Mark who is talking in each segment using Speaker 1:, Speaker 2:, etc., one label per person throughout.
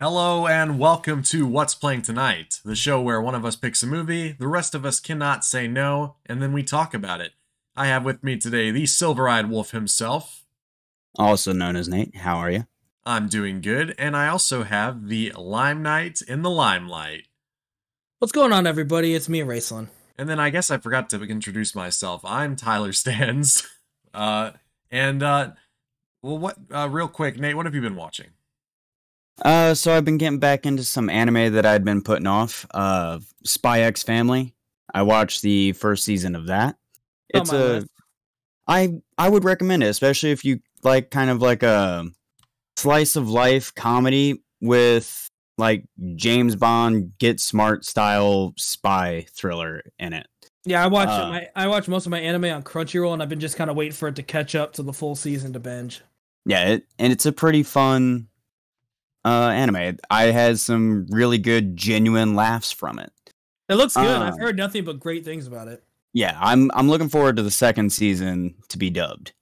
Speaker 1: Hello and welcome to What's Playing Tonight, the show where one of us picks a movie, the rest of us cannot say no, and then we talk about it. I have with me today the silver eyed wolf himself.
Speaker 2: also known as Nate. How are you?
Speaker 1: I'm doing good, and I also have the Lime Knight in the limelight.
Speaker 3: What's going on, everybody? It's me, Raceland. Oh,
Speaker 1: And then I guess I forgot to introduce myself. I'm Tyler Stans. Uh, and, uh, well, what, uh, real quick, Nate, what have you been watching?
Speaker 2: Uh, so I've been getting back into some anime that I'd been putting off. Uh, Spy X Family. I watched the first season of that.
Speaker 3: On
Speaker 2: It's
Speaker 3: Oh, my
Speaker 2: a.
Speaker 3: list.
Speaker 2: I I would recommend it, especially if you like kind of like a slice of life comedy with like James Bond Get Smart style spy thriller in it.
Speaker 3: Yeah, I watch
Speaker 2: Uh,
Speaker 3: my I watch most of my anime on Crunchyroll, and I've been just kind of waiting for it to catch up to the full season to binge.
Speaker 2: Yeah, it, and it's a pretty fun uh anime. I had some really good genuine laughs from it.
Speaker 3: It looks good.
Speaker 2: Uh,
Speaker 3: I've heard nothing but great things about it.
Speaker 2: yeah, I'm I'm looking forward to the second season to be dubbed.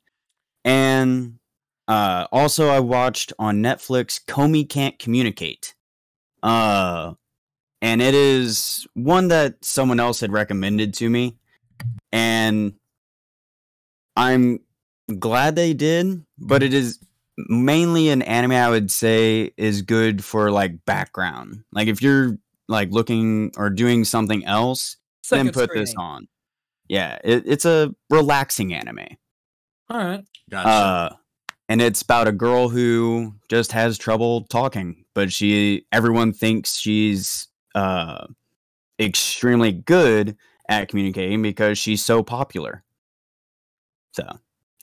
Speaker 2: And uh also I watched on Netflix Comey Can't Communicate. Uh and it is one that someone else had recommended to me. And I'm glad they did, but it is mainly an anime I would say is good for like background. Like if you're like looking or doing something else,
Speaker 3: Second
Speaker 2: then put this
Speaker 3: screening.
Speaker 2: on. Yeah, it, it's a relaxing anime.
Speaker 3: All right.
Speaker 1: Gotcha.
Speaker 2: Uh, and it's about a girl who just has trouble talking, but she everyone thinks she's uh, extremely good at communicating because she's so popular. So,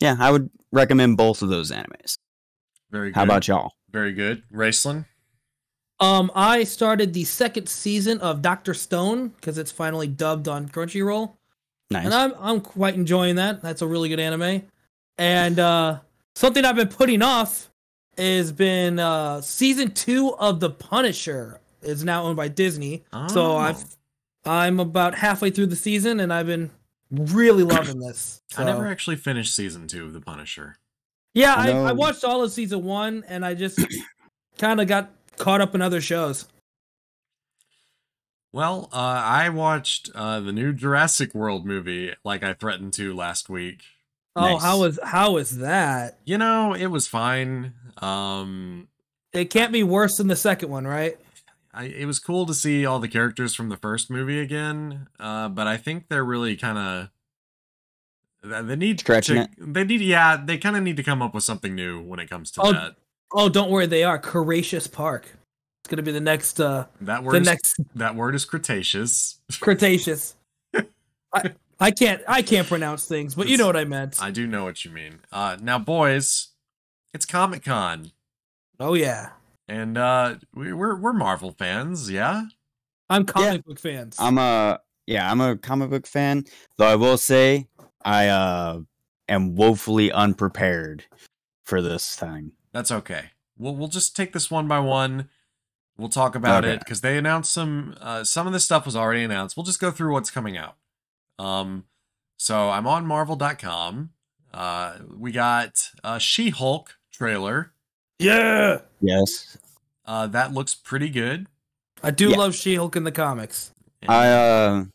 Speaker 2: yeah, I would recommend both of those animes.
Speaker 1: Very good.
Speaker 2: How about y'all?
Speaker 1: Very good. Raceland?
Speaker 3: Um, I started the second season of Doctor Stone because it's finally dubbed on Crunchyroll,
Speaker 2: Nice.
Speaker 3: and I'm I'm quite enjoying that. That's a really good anime. And uh, something I've been putting off has been uh, season two of The Punisher is now owned by Disney. So
Speaker 1: Ah.
Speaker 3: I've I'm about halfway through the season and I've been really loving this.
Speaker 1: Oh, I never
Speaker 3: So-
Speaker 1: actually finished season two of The Punisher.
Speaker 3: yeah, I, I
Speaker 2: No.
Speaker 3: watched all of season one and I just kind of got caught up in other shows.
Speaker 1: Well, uh, I watched uh, the new Jurassic World movie, like I threatened to last week.
Speaker 3: Oh,
Speaker 2: Nice.
Speaker 3: how is how is that?
Speaker 1: You know, it was fine. Um,
Speaker 3: It can't be worse than the second one, right?
Speaker 1: I, it was cool to see all the characters from the first movie again, uh, but I think they're really kind of they need
Speaker 2: Stretching
Speaker 1: to, They need, yeah, they kind of need to come up with something new when it comes to
Speaker 3: Oh,
Speaker 1: that.
Speaker 3: Oh, don't worry, they are. Courageous Park. It's gonna be the next uh
Speaker 1: That
Speaker 3: the
Speaker 1: word, is,
Speaker 3: next
Speaker 1: that word is Cretaceous.
Speaker 3: Cretaceous. I, I can't I can't pronounce things, but you know what I meant.
Speaker 1: I do know what you mean. Uh, now, boys, it's Comic Con,
Speaker 3: Oh yeah.
Speaker 1: and uh, we, we're we're Marvel fans, yeah.
Speaker 3: I'm comic book fans.
Speaker 2: I'm a yeah, I'm a comic book fan. Though I will say I uh am woefully unprepared for this thing.
Speaker 1: That's okay. We'll we'll just take this one by one. We'll talk about
Speaker 2: Okay.
Speaker 1: it because they announced some uh, some of this stuff was already announced. We'll just go through what's coming out. Um, so I'm on Marvel.com. Uh, we got uh, She-Hulk trailer.
Speaker 3: yeah.
Speaker 2: Yes.
Speaker 1: Uh, that looks pretty good.
Speaker 3: I do
Speaker 2: Yeah.
Speaker 3: love She Hulk in the comics.
Speaker 1: And-
Speaker 2: I uh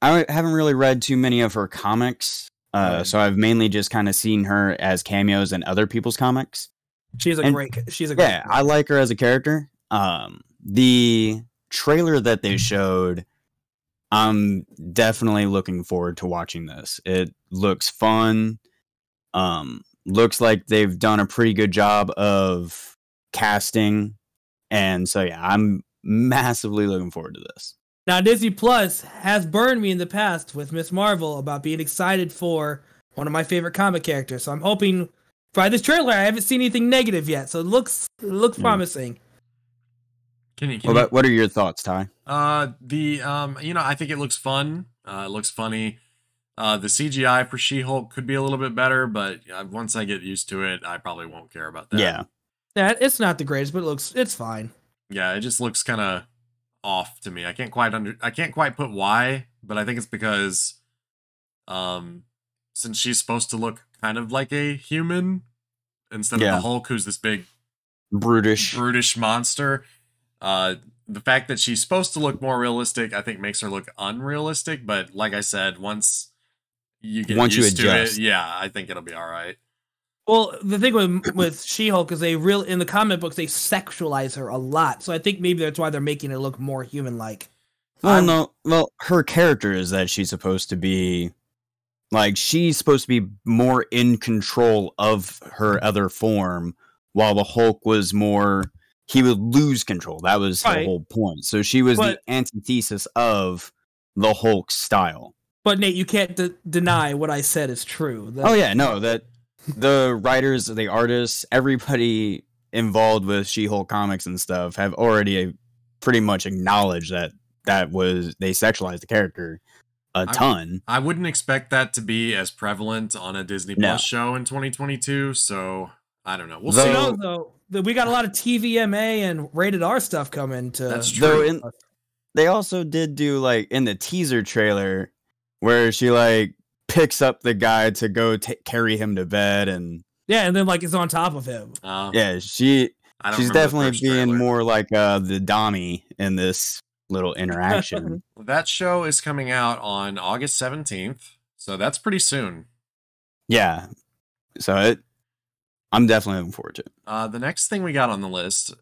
Speaker 2: I haven't really read too many of her comics. Uh
Speaker 1: Okay.
Speaker 2: so I've mainly just kind of seen her as cameos in other people's comics.
Speaker 3: She's a
Speaker 2: And-
Speaker 3: great. She's a great.
Speaker 2: Yeah, I like her as a character. Um the trailer that they showed I'm definitely looking forward to watching this. It looks fun. Um looks like they've done a pretty good job of casting and so yeah, I'm massively looking forward to this.
Speaker 3: now Disney Plus has burned me in the past with Miss Marvel about being excited for one of my favorite comic characters. So I'm hoping by this trailer I haven't seen anything negative yet. So it looks it looks
Speaker 2: Mm.
Speaker 3: promising.
Speaker 1: can you, can
Speaker 2: What
Speaker 1: you-
Speaker 2: about, what are your thoughts, Ty?
Speaker 1: Uh, the um, you know, I think it looks fun. Uh, it looks funny. Uh, the CGI for She-Hulk could be a little bit better, but uh, once I get used to it, I probably won't care about that.
Speaker 2: Yeah.
Speaker 3: That it's not the greatest, but it looks it's fine.
Speaker 1: yeah, it just looks kind of off to me. I can't quite under, I can't quite put why, but I think it's because, um, since she's supposed to look kind of like a human instead of
Speaker 2: Yeah.
Speaker 1: the Hulk, who's this big
Speaker 2: brutish.
Speaker 1: brutish monster. Uh, the fact that she's supposed to look more realistic, I think, makes her look unrealistic. But like I said, once you get
Speaker 2: Once you
Speaker 1: used
Speaker 2: adjust.
Speaker 1: to it, yeah, I think it'll be all right.
Speaker 3: Well, the thing with with She Hulk is they real in the comic books they sexualize her a lot, so I think maybe that's why they're making her look more Um, human like.
Speaker 2: Well,
Speaker 3: I'm-
Speaker 2: no. Well, her character is that she's supposed to be like she's supposed to be more in control of her other form, while the Hulk was more he would lose control. That was the
Speaker 3: Right.
Speaker 2: whole point. So she was
Speaker 3: But-
Speaker 2: the antithesis of the Hulk style.
Speaker 3: But Nate, you can't de- deny what I said is true. That-
Speaker 2: Oh yeah, no, that the writers, the artists, everybody involved with She-Hulk comics and stuff have already pretty much acknowledged that that was they sexualized the character a ton.
Speaker 1: I wouldn't expect that to be as prevalent on a Disney
Speaker 2: No.
Speaker 1: Plus show in 2022. So I don't know. We'll
Speaker 3: You
Speaker 1: see.
Speaker 2: Though-
Speaker 3: know, though, that we got a lot of TVMA and rated R stuff coming to.
Speaker 1: That's true.
Speaker 2: Though in, they also did do like in the teaser trailer where she like picks up the guy to go ta carry him to bed and
Speaker 3: Yeah, and then like it's on top of him.
Speaker 1: Uh,
Speaker 2: yeah, she
Speaker 1: I don't remember
Speaker 2: she's
Speaker 1: the
Speaker 2: definitely
Speaker 1: first
Speaker 2: being
Speaker 1: trailer.
Speaker 2: more like uh the Dommy in this little interaction.
Speaker 1: That show is coming out on August 17th. So that's pretty soon.
Speaker 2: Yeah. So it, I'm definitely looking forward to it.
Speaker 1: Uh, the next thing we got on the list,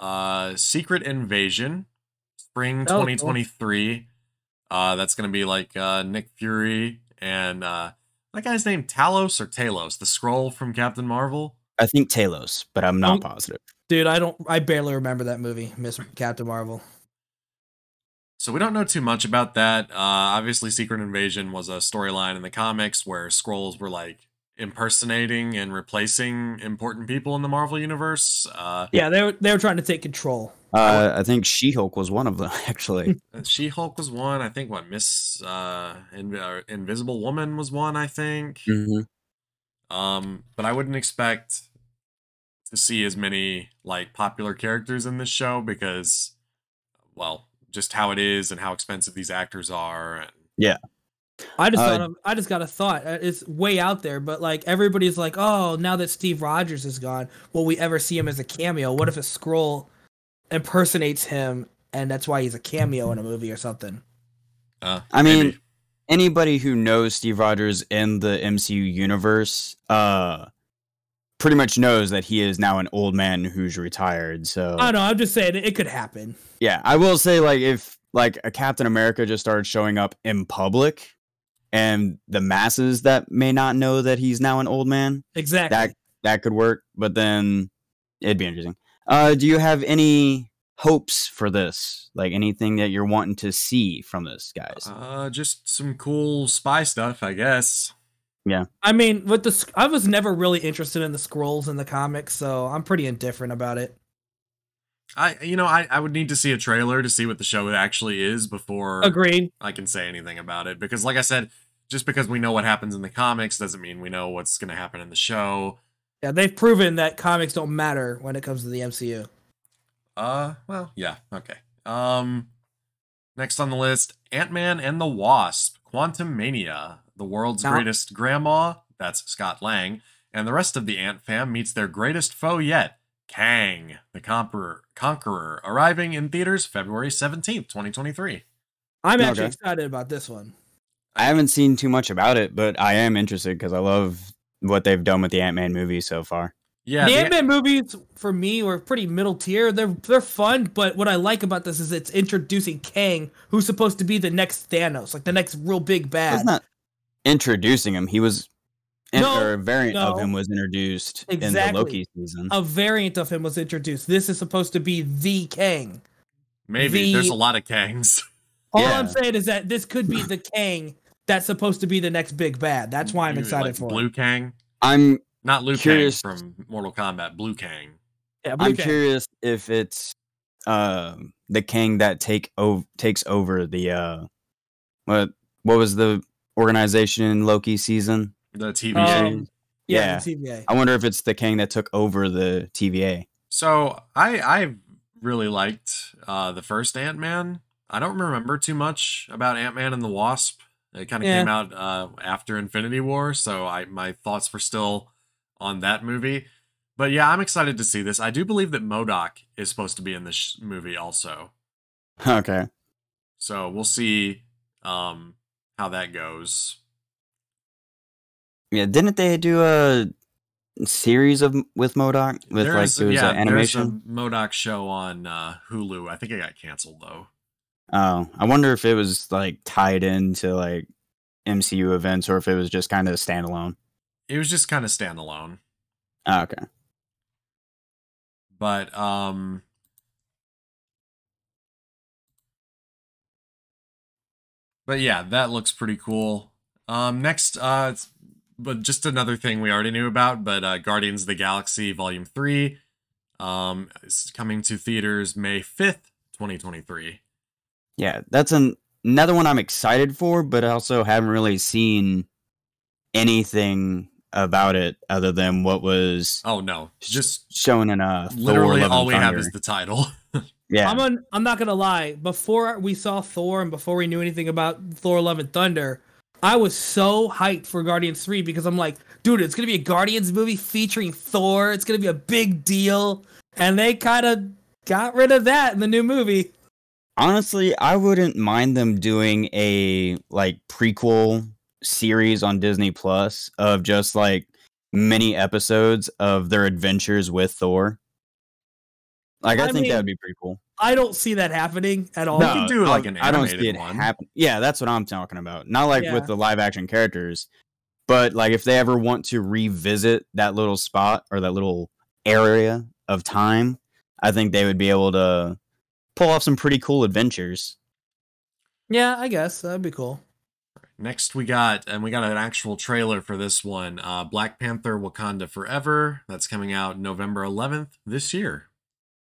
Speaker 1: uh, Secret Invasion, Spring
Speaker 3: Oh, cool.
Speaker 1: 2023. Uh, that's gonna be like uh, Nick Fury and uh, that guy's name Talos or Talos, the scroll from Captain Marvel.
Speaker 2: I think Talos, but I'm not
Speaker 3: Um,
Speaker 2: positive.
Speaker 3: Dude, I don't. I barely remember that movie, Miss Captain Marvel.
Speaker 1: So we don't know too much about that. Uh, obviously, Secret Invasion was a storyline in the comics where scrolls were like impersonating and replacing important people in the Marvel universe. Uh,
Speaker 3: Yeah, they were they were trying to take control.
Speaker 2: Uh, I think She Hulk was one of them, actually.
Speaker 1: She Hulk was one. I think what Miss uh, In- uh, Invisible Woman was one. I think.
Speaker 2: Mhm.
Speaker 1: Um, but I wouldn't expect to see as many like popular characters in this show because, well, just how it is and how expensive these actors are. And
Speaker 3: I just
Speaker 2: Uh,
Speaker 3: thought of, I just got a thought. Uh, It's way out there, but like everybody's like, oh, now that Steve Rogers is gone, will we ever see him as a cameo? What if a scroll impersonates him, and that's why he's a cameo in a movie or something?
Speaker 1: uh,
Speaker 2: I mean,
Speaker 1: maybe.
Speaker 2: Anybody who knows Steve Rogers in the MCU universe uh, pretty much knows that he is now an old man who's retired. So,
Speaker 1: Uh,
Speaker 3: I don't know. I'm just saying it, it could happen.
Speaker 2: yeah, I will say, like, if like a Captain America just started showing up in public and the masses that may not know that he's now an old man,
Speaker 3: Exactly.
Speaker 2: that that could work, but then it'd be interesting. Uh, do you have any hopes for this? Like anything that you're wanting to see from this, guys?
Speaker 1: uh, just some cool spy stuff, I guess.
Speaker 3: I mean, with the sc- I was never really interested in the scrolls in the comics, so I'm pretty indifferent about it.
Speaker 1: I, you know, I, I would need to see a trailer to see what the show actually is before
Speaker 3: Agreed.
Speaker 1: I can say anything about it because, like I said, just because we know what happens in the comics doesn't mean we know what's going to happen in the show.
Speaker 3: Yeah, they've proven that comics don't matter when it comes to the MCU.
Speaker 1: Uh, well, yeah, okay. Um, next on the list, Ant Man and the Wasp, Quantum Mania, the world's
Speaker 3: Now-
Speaker 1: greatest grandma. That's Scott Lang, and the rest of the Ant fam meets their greatest foe yet, Kang, the Conqueror. Conqueror, arriving in theaters February seventeenth, twenty twenty-three.
Speaker 3: I'm
Speaker 2: Okay.
Speaker 3: actually excited about this one.
Speaker 2: I haven't seen too much about it, but I am interested because I love what they've done with the Ant Man movie so far.
Speaker 1: Yeah,
Speaker 3: the
Speaker 1: the
Speaker 3: Ant Man movies for me were pretty middle tier. They're they're fun, but what I like about this is it's introducing Kang, who's supposed to be the next Thanos, like the next real big bad.
Speaker 2: That's not introducing him. He was, in,
Speaker 3: No,
Speaker 2: or a variant of
Speaker 3: no.
Speaker 2: him was introduced in the
Speaker 3: Exactly. Oh,
Speaker 2: Loki season.
Speaker 3: a variant of him was introduced. This is supposed to be the Kang.
Speaker 1: maybe
Speaker 3: the-
Speaker 1: there's a lot of Kangs.
Speaker 3: All
Speaker 2: Yeah.
Speaker 3: I'm saying is that this could be the Kang that's supposed to be the next big bad. That's why I'm
Speaker 1: Maybe,
Speaker 3: excited
Speaker 1: like,
Speaker 3: for. it.
Speaker 1: Blue Kang.
Speaker 2: I'm
Speaker 1: Not Liu
Speaker 2: Curious-
Speaker 1: Kang from Mortal Kombat, Blue Kang.
Speaker 3: Yeah, Blue
Speaker 2: I'm
Speaker 3: Kang.
Speaker 2: curious if it's uh, the king that take o- takes over the uh, what what was the organization in Loki season?
Speaker 1: The TV
Speaker 3: Um,
Speaker 1: series.
Speaker 2: yeah. Oh,
Speaker 3: yeah, the TVA.
Speaker 2: I wonder if it's the king that took over the TVA.
Speaker 1: So I I really liked uh the first Ant Man. I don't remember too much about Ant Man and the Wasp. It kind of
Speaker 3: Yeah.
Speaker 1: came out uh after Infinity War, so I my thoughts were still on that movie. But yeah, I'm excited to see this. I do believe that Modoc is supposed to be in this sh- movie also.
Speaker 2: Okay.
Speaker 1: So we'll see um, how that goes.
Speaker 2: Yeah, didn't they do a series of with Modoc with like
Speaker 1: There's-
Speaker 2: it was
Speaker 1: yeah, there's
Speaker 2: an
Speaker 1: a
Speaker 2: animation?
Speaker 1: Modoc show on uh, Hulu. I think it got canceled though.
Speaker 2: Oh, I wonder if it was like tied into like MCU events or if it was just kind of standalone.
Speaker 1: It was just kind of standalone.
Speaker 2: Oh, okay.
Speaker 1: but um but yeah that looks pretty cool um next uh it's, but just another thing we already knew about but uh guardians of the galaxy volume 3 um is coming to theaters may 5th 2023
Speaker 2: Yeah, that's an, another one I'm excited for, but I also haven't really seen anything about it other than what was
Speaker 1: oh no just
Speaker 2: shown in a
Speaker 1: literally
Speaker 2: Thor: Love
Speaker 1: all
Speaker 2: and
Speaker 1: we have
Speaker 2: Thunder.
Speaker 1: is the title
Speaker 2: yeah.
Speaker 3: I'm on, I'm not gonna lie. Before we saw Thor and before we knew anything about Thor: Love and Thunder, I was so hyped for Guardians Three because I'm like, dude, it's gonna be a Guardians movie featuring Thor. It's gonna be a big deal, and they kind of got rid of that in the new movie.
Speaker 2: Honestly, I wouldn't mind them doing a like prequel series on Disney Plus of just like mini episodes of their adventures with Thor. Like I,
Speaker 3: I
Speaker 2: think that
Speaker 3: mean,
Speaker 2: would be pretty cool.
Speaker 3: I don't see that happening at all.
Speaker 1: we could do,
Speaker 2: I-
Speaker 1: like, an
Speaker 2: I don't see
Speaker 1: animated
Speaker 2: it
Speaker 1: one.
Speaker 2: happen. Yeah, that's what I'm talking about. Not like
Speaker 3: Yeah.
Speaker 2: with the live action characters, but like if they ever want to revisit that little spot or that little area of time, I think they would be able to pull off some pretty cool adventures.
Speaker 3: Yeah, I guess that'd be cool.
Speaker 1: Next, we got, and we got an actual trailer for this one uh, Black Panther Wakanda Forever. That's coming out November 11th this year.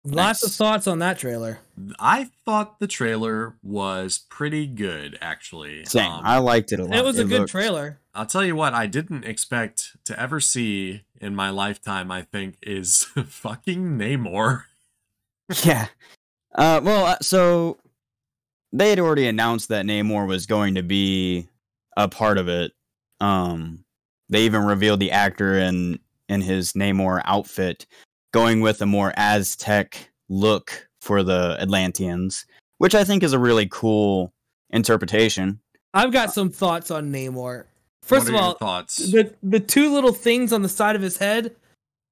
Speaker 3: Lots of
Speaker 2: Nice.
Speaker 3: thoughts on that trailer.
Speaker 1: I thought the trailer was pretty good, actually.
Speaker 2: Same.
Speaker 1: Um,
Speaker 2: I liked it a lot.
Speaker 3: It was a good
Speaker 2: looked-
Speaker 3: trailer.
Speaker 1: I'll tell you what, I didn't expect to ever see in my lifetime, I think, is fucking Namor.
Speaker 2: Yeah. Uh, well, uh, so they had already announced that Namor was going to be a part of it. Um, they even revealed the actor in in his Namor outfit, going with a more Aztec look for the Atlanteans, which I think is a really cool interpretation.
Speaker 3: I've got some thoughts on Namor. First
Speaker 1: What
Speaker 3: of
Speaker 1: are your
Speaker 3: all,
Speaker 1: thoughts.
Speaker 3: the the two little things on the side of his head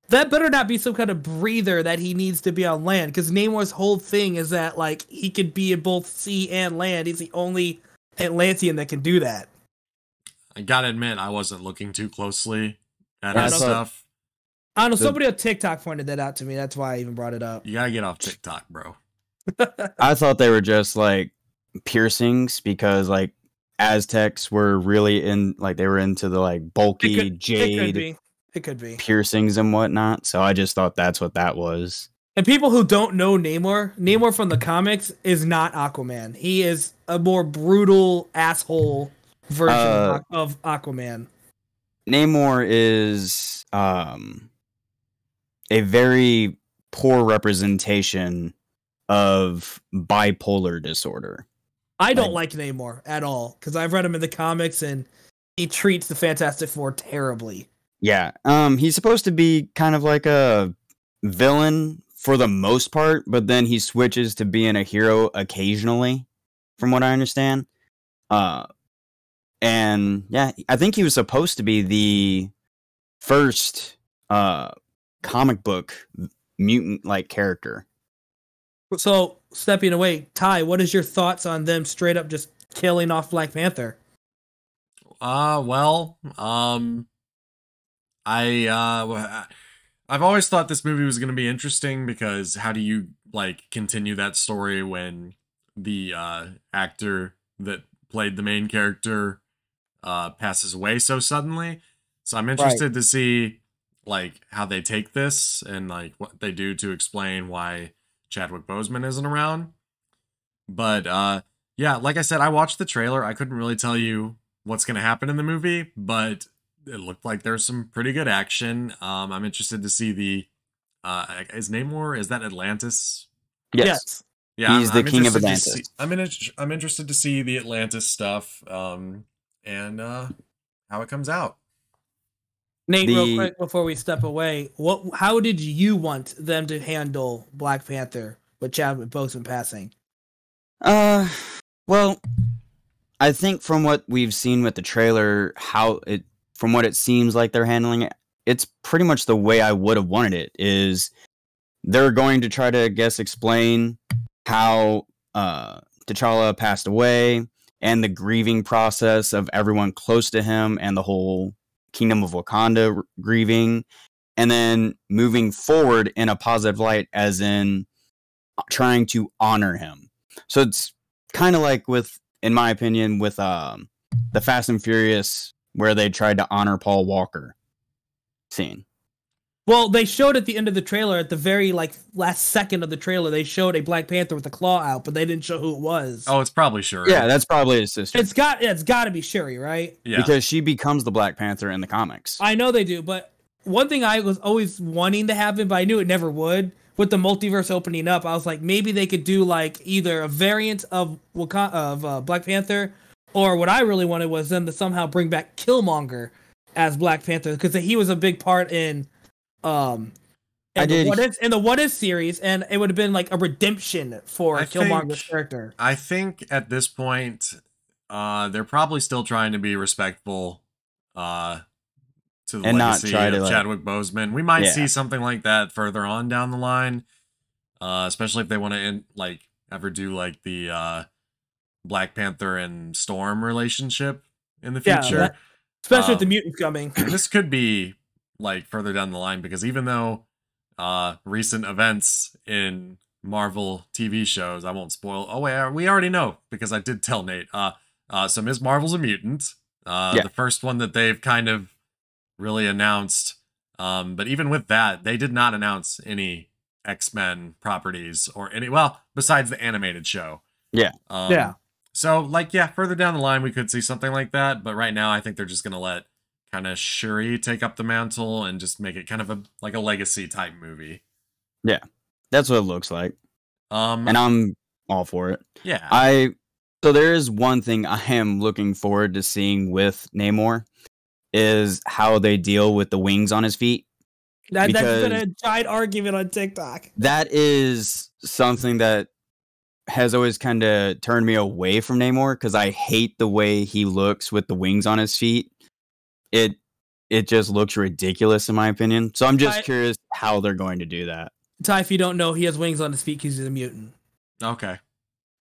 Speaker 3: that better not be some kind of breather that he needs to be on land because namor's whole thing is that like he could be in both sea and land he's the only atlantean that can do that
Speaker 1: I gotta admit, I wasn't looking too closely at
Speaker 2: Yeah,
Speaker 1: his
Speaker 3: I
Speaker 2: saw-
Speaker 1: stuff.
Speaker 3: i don't know
Speaker 2: The-
Speaker 3: somebody on tiktok pointed that out to me that's why i even brought it up
Speaker 1: You gotta get off TikTok, bro.
Speaker 2: I thought they were just like piercings because like Aztecs were really in like they were into the like bulky
Speaker 3: it could
Speaker 2: jade
Speaker 3: be it could be
Speaker 2: piercings and whatnot. So I just thought that's what that was.
Speaker 3: and people who don't know namor namor from the comics is not aquaman he is a more brutal asshole version
Speaker 2: Uh,
Speaker 3: of Aqu- of aquaman
Speaker 2: Namor is um a very poor representation of bipolar disorder.
Speaker 3: I don't like Namor at all because I've read him in the comics and he treats the Fantastic Four terribly.
Speaker 2: Yeah. Um he's supposed to be kind of like a villain for the most part, but then he switches to being a hero occasionally, from what I understand. Uh and yeah, I think he was supposed to be the first uh comic book mutant like character.
Speaker 3: So stepping away, Ty, what is your thoughts on them straight up just killing off Black Panther?
Speaker 1: Uh well, um I uh w- I've always thought this movie was going to be interesting because how do you like continue that story when the uh actor that played the main character uh passes away so suddenly? So I'm interested to see like how they take this and like what they do to explain why Chadwick Boseman isn't around. But uh yeah, like I said, I watched the trailer. I couldn't really tell you what's going to happen in the movie, but it looked like there's some pretty good action. Um, I'm interested to see the uh, is Namor is that Atlantis? Yeah,
Speaker 2: He's the king
Speaker 1: interested
Speaker 2: of
Speaker 1: to
Speaker 2: Atlantis.
Speaker 1: see- I'm in, I'm interested to see the Atlantis stuff um, and uh, how it comes out.
Speaker 3: Nate,
Speaker 2: The-
Speaker 3: real quick before we step away, what how did you want them to handle Black Panther with Chadwick Boseman passing?
Speaker 2: Uh, well, I think from what we've seen with the trailer, how it, from what it seems like they're handling it, it's pretty much the way I would have wanted it. Is they're going to try to I guess explain how uh T'Challa passed away and the grieving process of everyone close to him and the whole kingdom of Wakanda r- grieving, and then moving forward in a positive light, as in uh, trying to honor him. So it's kind of like with, in my opinion, with um the Fast and Furious where they tried to honor Paul Walker scene.
Speaker 3: Well, they showed at the end of the trailer, at the very like last second of the trailer, they showed a Black Panther with a claw out, but they didn't show who it was.
Speaker 1: Oh, it's probably sure.
Speaker 2: Yeah, that's probably his sister
Speaker 3: It's got it's got to be Shuri, right?
Speaker 1: Yeah.
Speaker 2: because she becomes the Black Panther in the comics.
Speaker 3: I know they do, but one thing I was always wanting to happen, but I knew it never would. With the multiverse opening up, I was like, maybe they could do like either a variant of Waka- of uh, Black Panther, or what I really wanted was them to somehow bring back Killmonger as Black Panther because he was a big part in um in
Speaker 2: I
Speaker 3: the
Speaker 2: did-
Speaker 3: what if in the what if series, and it would have been like a redemption for
Speaker 1: I
Speaker 3: Killmonger's
Speaker 1: think-
Speaker 3: character.
Speaker 1: I think at this point, uh, they're probably still trying to be respectful uh, to the
Speaker 2: And not
Speaker 1: legacy
Speaker 2: try to,
Speaker 1: of
Speaker 2: like-
Speaker 1: Chadwick Boseman. We might
Speaker 2: Yeah.
Speaker 1: see something like that further on down the line, uh, especially if they want to like ever do like the uh, Black Panther and Storm relationship in the
Speaker 3: Yeah,
Speaker 1: future.
Speaker 3: that- Especially with the
Speaker 1: Um,
Speaker 3: mutants coming.
Speaker 1: this could be like further down the line because even though uh recent events in Marvel TV shows, I won't spoil. Oh wait, we already know because I did tell Nate. Uh, uh so Ms. Marvel's a mutant. Uh,
Speaker 2: Yeah.
Speaker 1: the first one that they've kind of really announced. Um, but even with that, they did not announce any X Men properties or any. Well, besides the animated show.
Speaker 2: Yeah.
Speaker 1: Um,
Speaker 3: Yeah.
Speaker 1: So like yeah, further down the line we could see something like that. But right now, I think they're just gonna let kind of Shuri take up the mantle and just make it kind of a like a legacy type movie.
Speaker 2: That's what it looks like,
Speaker 3: Mm-hmm.
Speaker 1: Um,
Speaker 2: and I'm all for it.
Speaker 1: yeah,
Speaker 2: I so there is one thing I am looking forward to seeing with Namor is how they deal with the wings on his feet.
Speaker 3: That, that's been
Speaker 2: because-
Speaker 3: a giant argument on TikTok.
Speaker 2: that is something that has always kind of turned me away from Namor because I hate the way he looks with the wings on his feet. It it just looks ridiculous in my opinion. So I'm just
Speaker 3: I-
Speaker 2: curious how they're going to do that.
Speaker 3: Ty, if you don't know, he has wings on his feet because he's a mutant.
Speaker 1: okay,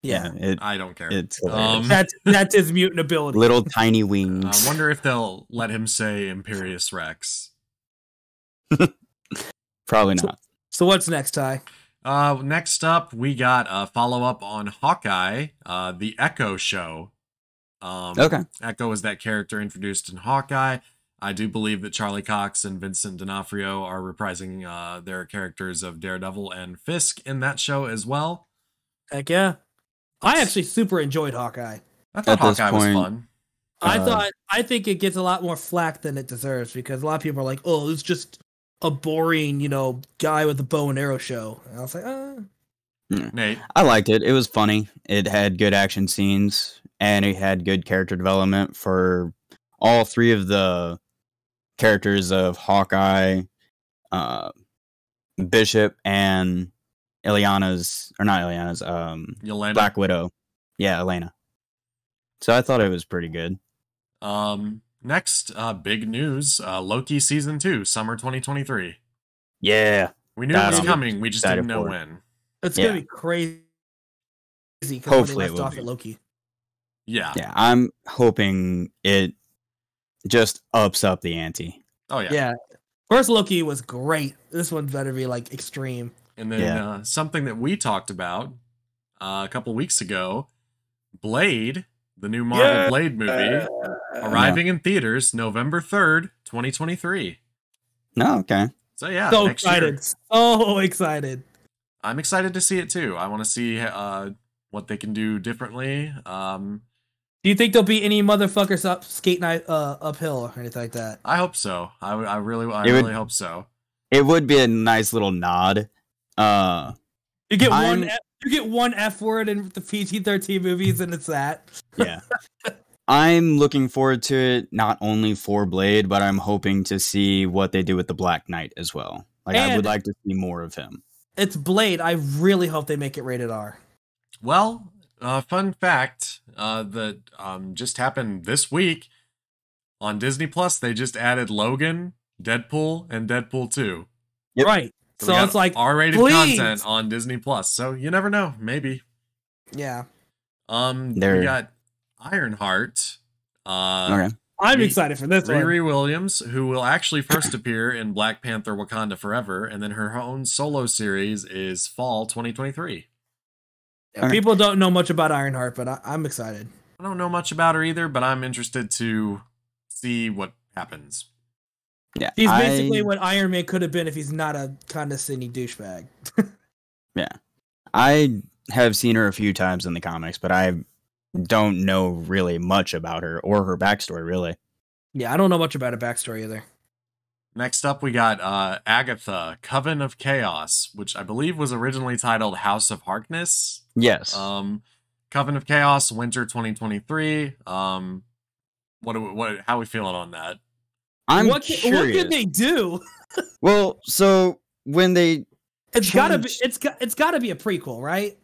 Speaker 3: Yeah.
Speaker 2: it
Speaker 1: I don't care.
Speaker 2: it's
Speaker 1: Um,
Speaker 2: hilarious.
Speaker 3: That's that's his mutant ability.
Speaker 2: little tiny
Speaker 1: I
Speaker 2: wings.
Speaker 1: Uh, wonder if they'll let him say Imperious Rex.
Speaker 2: Probably not.
Speaker 3: So what's next, Ty?
Speaker 1: Uh, next up, we got a follow up on Hawkeye, uh, the Echo Show. Um,
Speaker 2: Okay.
Speaker 1: Echo is that character introduced in Hawkeye. I do believe that Charlie Cox and Vincent D'Onofrio are reprising uh, their characters of Daredevil and Fisk in that show as well.
Speaker 3: Heck yeah. I actually super enjoyed Hawkeye.
Speaker 1: I thought
Speaker 2: At this
Speaker 1: Hawkeye
Speaker 2: point-
Speaker 1: was fun.
Speaker 3: I
Speaker 2: Uh,
Speaker 3: thought I think it gets a lot more flack than it deserves because a lot of people are like, "Oh, it's just a boring, you know, guy with a bow and arrow show." And I was like, uh
Speaker 1: Nate,
Speaker 2: I liked it. It was funny. It had good action scenes and it had good character development for all three of the characters of Hawkeye, uh, Bishop, and Ileana's, or not Ileana's, um,
Speaker 1: Yelena.
Speaker 2: Black Widow. Yeah, Elena. So I thought it was pretty good.
Speaker 1: Um, next, uh, big news: uh, Loki season two, summer 2023.
Speaker 2: Yeah.
Speaker 1: We knew
Speaker 2: That
Speaker 1: it was
Speaker 2: I'm
Speaker 1: coming. We just
Speaker 2: excited
Speaker 1: didn't know
Speaker 2: for it.
Speaker 1: when.
Speaker 3: it's
Speaker 2: Yeah.
Speaker 3: gonna be crazy. 'cause when they
Speaker 2: Hopefully it
Speaker 3: left
Speaker 2: will
Speaker 3: off
Speaker 2: be.
Speaker 3: at Loki.
Speaker 1: Yeah.
Speaker 2: Yeah. I'm hoping it just ups up the ante.
Speaker 1: Oh yeah.
Speaker 3: Yeah. First Loki was great. This one better be like extreme.
Speaker 1: And then
Speaker 2: Yeah.
Speaker 1: uh, something that we talked about uh, a couple weeks ago: Blade, the new Marvel
Speaker 3: Yeah.
Speaker 1: Blade movie, arriving in theaters November 3rd, 2023.
Speaker 2: No, okay.
Speaker 1: So yeah,
Speaker 3: so
Speaker 1: next year.
Speaker 3: excited. So excited.
Speaker 1: I'm excited to see it too. I want to see uh, what they can do differently. Um,
Speaker 3: Do you think there'll be any motherfuckers up skating uh, uphill or anything like that?
Speaker 1: I hope so. I, w- I really, I
Speaker 2: It would-
Speaker 1: really hope so.
Speaker 2: It would be a nice little nod. Uh,
Speaker 3: You get one.
Speaker 2: I'm-
Speaker 3: F, you get one F word in the PG thirteen movies, and it's that.
Speaker 2: yeah. I'm looking forward to it not only for Blade, but I'm hoping to see what they do with the Black Knight as well. Like I would
Speaker 3: And-
Speaker 2: like to see more of him.
Speaker 3: It's Blade. I really hope they make it rated R.
Speaker 1: Well, uh, fun fact uh, that um, just happened this week on Disney Plus, they just added Logan, Deadpool, and Deadpool 2.
Speaker 2: Yep.
Speaker 3: Right.
Speaker 1: we
Speaker 3: So
Speaker 1: got
Speaker 3: it's like,
Speaker 1: R-rated
Speaker 3: please.
Speaker 1: content on Disney Plus. So you never know, maybe.
Speaker 3: yeah.
Speaker 1: Um,
Speaker 2: There-
Speaker 1: we got Ironheart. Uh,
Speaker 2: okay.
Speaker 3: I'm
Speaker 1: Re-
Speaker 3: excited for this one.
Speaker 1: Riri Williams, who will actually first appear in Black Panther Wakanda Forever, and then her own solo series is fall 2023.
Speaker 3: Yeah, People don't know much about Ironheart, but I, I'm excited.
Speaker 1: I don't know much about her either, but I'm interested to see what happens.
Speaker 2: Yeah.
Speaker 3: He's
Speaker 2: I-
Speaker 3: basically what Iron Man could have been if he's not a condescending douchebag.
Speaker 2: I have seen her a few times in the comics, but I don't know really much about her or her backstory, really.
Speaker 3: Yeah, I don't know much about a backstory either.
Speaker 1: Next up, we got uh, Agatha, Coven of Chaos, which I believe was originally titled House of Harkness.
Speaker 2: Yes.
Speaker 3: Uh,
Speaker 1: Um, Coven of Chaos, Winter 2023. Um, what do we, what? How we feeling on that?
Speaker 2: I'm
Speaker 3: what, ca- what
Speaker 2: curious.
Speaker 3: could they do?
Speaker 2: well, so when they
Speaker 3: It's gotta be.
Speaker 2: Change.
Speaker 3: It's got. It's gotta be a prequel, right?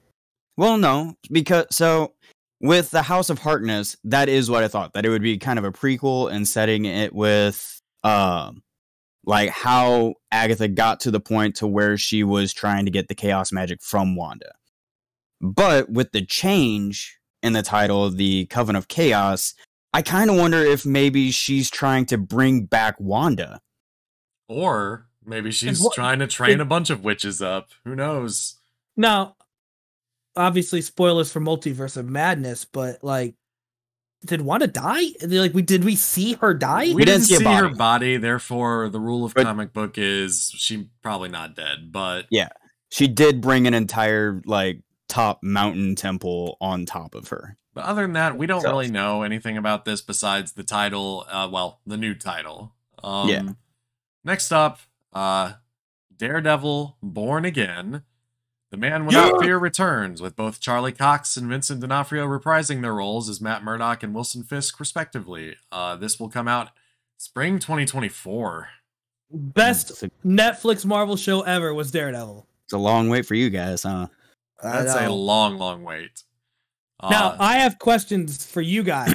Speaker 2: Well, no, because so with the House of Harkness, that is what I thought that it would be kind of a prequel and setting it with um like how Agatha got to the point to where she was trying to get the chaos magic from Wanda. But with the change in the title, the Coven of Chaos, I kind of wonder if maybe she's trying to bring back Wanda.
Speaker 1: Or maybe she's
Speaker 3: what-
Speaker 1: trying to train
Speaker 3: it-
Speaker 1: a bunch of witches up. Who knows?
Speaker 3: Now, obviously, spoilers for Multiverse of Madness, but like, did Wanda die? Like, we did we see her die?
Speaker 1: We,
Speaker 2: We
Speaker 1: didn't,
Speaker 2: didn't
Speaker 1: see,
Speaker 2: see a
Speaker 1: her
Speaker 2: body.
Speaker 1: body, therefore the rule of
Speaker 2: But-
Speaker 1: comic book is she probably not dead. But
Speaker 2: She did bring an entire like top mountain temple on top of her.
Speaker 1: but other than that, we don't
Speaker 2: So-
Speaker 1: really know anything about this besides the title. Uh, well, the new title. Um,
Speaker 2: Yeah.
Speaker 1: Next up, uh, Daredevil: Born Again. The Man Without
Speaker 3: Yeah.
Speaker 1: Fear returns with both Charlie Cox and Vincent D'Onofrio reprising their roles as Matt Murdock and Wilson Fisk, respectively. Uh, this will come out spring 2024.
Speaker 3: Best
Speaker 2: It's a,
Speaker 3: Netflix Marvel show ever was Daredevil.
Speaker 2: it's a long wait for you guys, huh?
Speaker 3: I
Speaker 1: That's a
Speaker 3: know.
Speaker 1: long, long wait. Uh,
Speaker 3: Now, I have questions for you guys.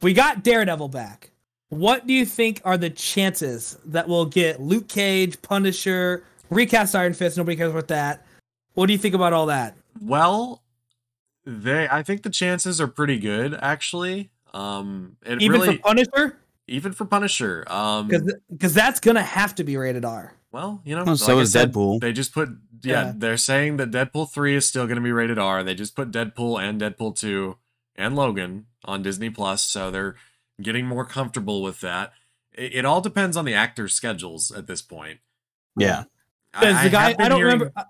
Speaker 3: we got Daredevil back. What do you think are the chances that we'll get Luke Cage, Punisher, recast Iron Fist? Nobody cares about that. What do you think about all that?
Speaker 1: well, they. I think the chances are pretty good, actually. Um, it
Speaker 3: Even
Speaker 1: really,
Speaker 3: for Punisher?
Speaker 1: even for Punisher. Um,
Speaker 3: Because that's going to have to be rated R.
Speaker 1: well, you know,
Speaker 2: Well, Oh, so
Speaker 1: like I
Speaker 2: is
Speaker 1: said,
Speaker 2: Deadpool.
Speaker 1: They just put yeah,
Speaker 3: Yeah.
Speaker 1: They're saying that Deadpool three is still going to be rated R. They just put Deadpool and Deadpool two and Logan on Disney Plus, so they're getting more comfortable with that. It, it all depends on the actors' schedules at this point.
Speaker 2: Yeah.
Speaker 3: Because the guy,
Speaker 1: have been
Speaker 3: I don't
Speaker 1: hearing-
Speaker 3: remember. I-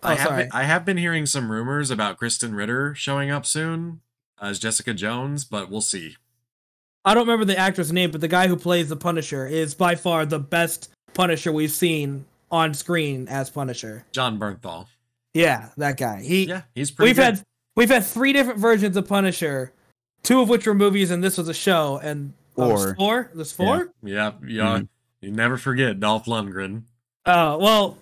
Speaker 3: Oh,
Speaker 1: I, have
Speaker 3: sorry.
Speaker 1: been, I have been hearing some rumors about Kristen Ritter showing up soon as Jessica Jones, but we'll see.
Speaker 3: I don't remember the actor's name, but the guy who plays the Punisher is by far the best Punisher we've seen on screen as Punisher.
Speaker 1: John Bernthal.
Speaker 3: Yeah, that guy. He
Speaker 1: Yeah, he's pretty
Speaker 3: we've
Speaker 1: good.
Speaker 3: had we've had three different versions of Punisher, two of which were movies and this was a show. And oh, there's
Speaker 2: Four.
Speaker 3: four, there's four.
Speaker 1: yeah, yeah. You never forget Dolph Lundgren.
Speaker 3: Oh well,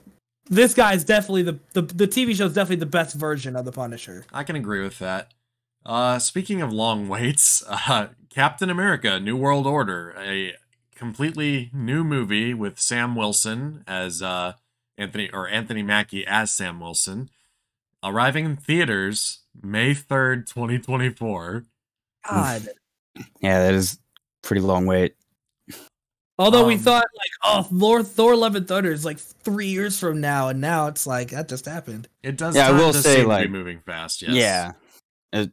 Speaker 3: this guy's definitely the, the the TV show's definitely the best version of the Punisher.
Speaker 1: I can agree with that. Uh, speaking of long waits, uh, Captain America: New World Order, a completely new movie with Sam Wilson as uh, Anthony or Anthony Mackie as Sam Wilson, arriving in theaters May third, twenty twenty four.
Speaker 3: God.
Speaker 2: Yeah, that is pretty long wait.
Speaker 3: Although we
Speaker 1: Um,
Speaker 3: thought like, oh, Lord Thor: Love and Thunder is like three years from now, and now it's like that just happened.
Speaker 1: It does.
Speaker 2: Yeah, I
Speaker 1: time
Speaker 2: will
Speaker 1: does
Speaker 2: say,
Speaker 1: seem to
Speaker 2: like-
Speaker 1: be moving fast. Yes.
Speaker 2: Yeah. It,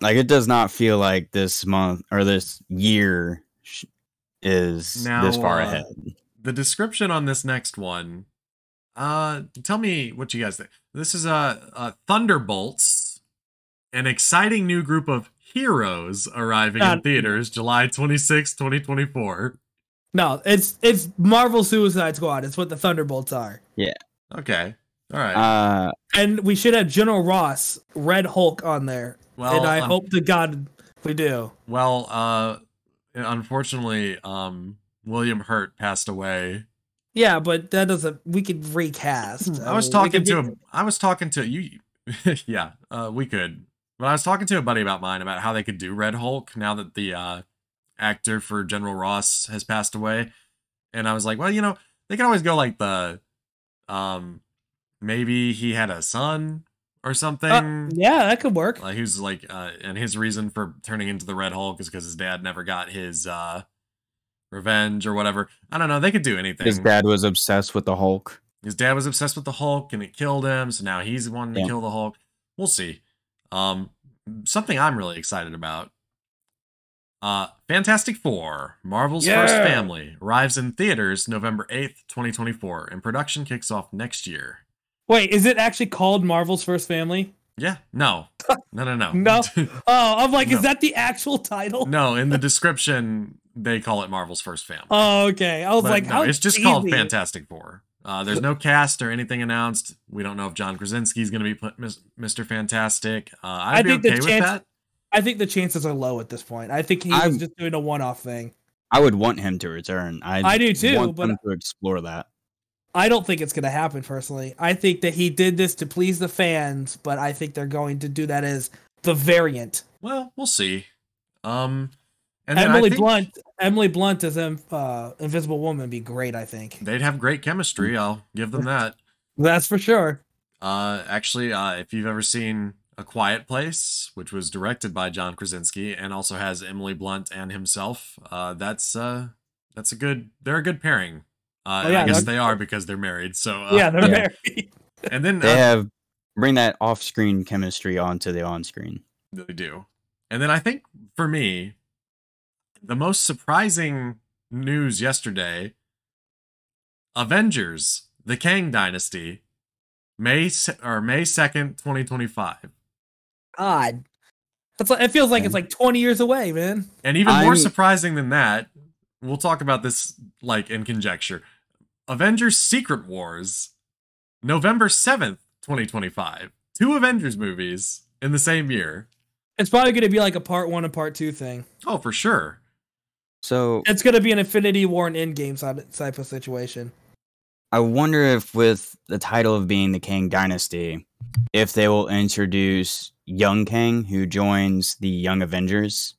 Speaker 2: like it does not feel like this month or this year sh- is
Speaker 1: Now,
Speaker 2: this far
Speaker 1: uh,
Speaker 2: ahead.
Speaker 1: the description on this next one uh tell me what you guys think this is uh, uh thunderbolts an exciting new group of heroes arriving in
Speaker 3: God.
Speaker 1: theaters july 26 2024
Speaker 3: No, it's it's Marvel Suicide Squad. It's what the Thunderbolts are.
Speaker 1: okay all right
Speaker 2: Uh
Speaker 3: And we should have General Ross, Red Hulk, on there.
Speaker 1: well
Speaker 3: and I
Speaker 1: um,
Speaker 3: hope to God We do.
Speaker 1: Well, uh, unfortunately, um, William Hurt passed away.
Speaker 3: Yeah, but that doesn't. We could recast.
Speaker 1: I was
Speaker 3: mean, we
Speaker 1: talking
Speaker 3: could
Speaker 1: to
Speaker 3: do-
Speaker 1: him. I was talking to you. yeah, uh, we could. But I was talking to a buddy about mine about how they could do Red Hulk now that the uh, actor for General Ross has passed away, and I was like, well, you know, they could always go like the, um, maybe he had a son or something.
Speaker 3: Uh, yeah, that could work.
Speaker 1: Like who's like, uh, and his reason for turning into the Red Hulk is because his dad never got his uh, revenge or whatever. I don't know. They could do anything.
Speaker 2: His dad was obsessed with the Hulk.
Speaker 1: His dad was obsessed with the Hulk and it killed him, so now he's wanting
Speaker 2: Yeah.
Speaker 1: to kill the Hulk. We'll see. Um, something I'm really excited about. Uh, Fantastic Four, Marvel's First
Speaker 3: Yeah.
Speaker 1: Family, arrives in theaters November 8th, 2024, and production kicks off next year.
Speaker 3: Wait, is it actually called Marvel's First Family?
Speaker 1: Yeah, no. No, no, no.
Speaker 3: No. Oh, I'm like,
Speaker 1: No.
Speaker 3: is that the actual title?
Speaker 1: no, in the description, they call it Marvel's First Family.
Speaker 3: Oh, okay. I was
Speaker 1: But
Speaker 3: like,
Speaker 1: no,
Speaker 3: how
Speaker 1: it's just called
Speaker 3: cheesy.
Speaker 1: Fantastic Four. Uh, there's no cast or anything announced. We don't know if John Krasinski's going to be put, mis- Mr. Fantastic. Uh, I'd
Speaker 3: I
Speaker 1: be
Speaker 3: think the
Speaker 1: okay with
Speaker 3: chance-
Speaker 1: that.
Speaker 3: I think the chances are low at this point. I think he
Speaker 2: I'm-
Speaker 3: was just doing a one-off thing.
Speaker 2: I would want him to return. I
Speaker 3: I do too,
Speaker 2: Want
Speaker 3: but-
Speaker 2: them to explore that.
Speaker 3: I don't think it's going to happen personally. I think that he did this to please the fans, but I think they're going to do that as the variant.
Speaker 1: Well, we'll see. Um, and then I
Speaker 3: Emily
Speaker 1: think
Speaker 3: Blunt, Emily Blunt as um, uh, Invisible Woman would be great. I think
Speaker 1: They'd have great chemistry. I'll give them that.
Speaker 3: that's for sure.
Speaker 1: Uh, actually, uh, if you've ever seen A Quiet Place, which was directed by John Krasinski and also has Emily Blunt and himself, uh, that's uh, that's a good. They're a good pairing. Uh, and
Speaker 3: Oh,
Speaker 1: I
Speaker 3: yeah,
Speaker 1: guess
Speaker 3: they're-
Speaker 1: they are because they're married. So uh,
Speaker 3: yeah, they're
Speaker 2: yeah.
Speaker 3: very.
Speaker 1: And then
Speaker 2: They
Speaker 1: uh,
Speaker 2: have bring that off-screen chemistry onto the on-screen.
Speaker 1: They do. And then I think for me, the most surprising news yesterday Avengers, the Kang Dynasty, May se- or May 2nd, 2025.
Speaker 3: God, that's like, it feels like
Speaker 2: Yeah.
Speaker 3: it's like 20 years away, man.
Speaker 1: And even more
Speaker 2: I'm-
Speaker 1: surprising than that, we'll talk about this like in conjecture. Avengers Secret Wars, November 7th, 2025. Two Avengers movies in the same year.
Speaker 3: It's probably going to be like a part one and part two thing.
Speaker 1: Oh, for sure.
Speaker 2: So
Speaker 3: It's going to be an Infinity War and Endgame side- type of situation.
Speaker 2: I wonder if, with the title of being the Kang Dynasty, if they will introduce young Kang, who joins the Young Avengers.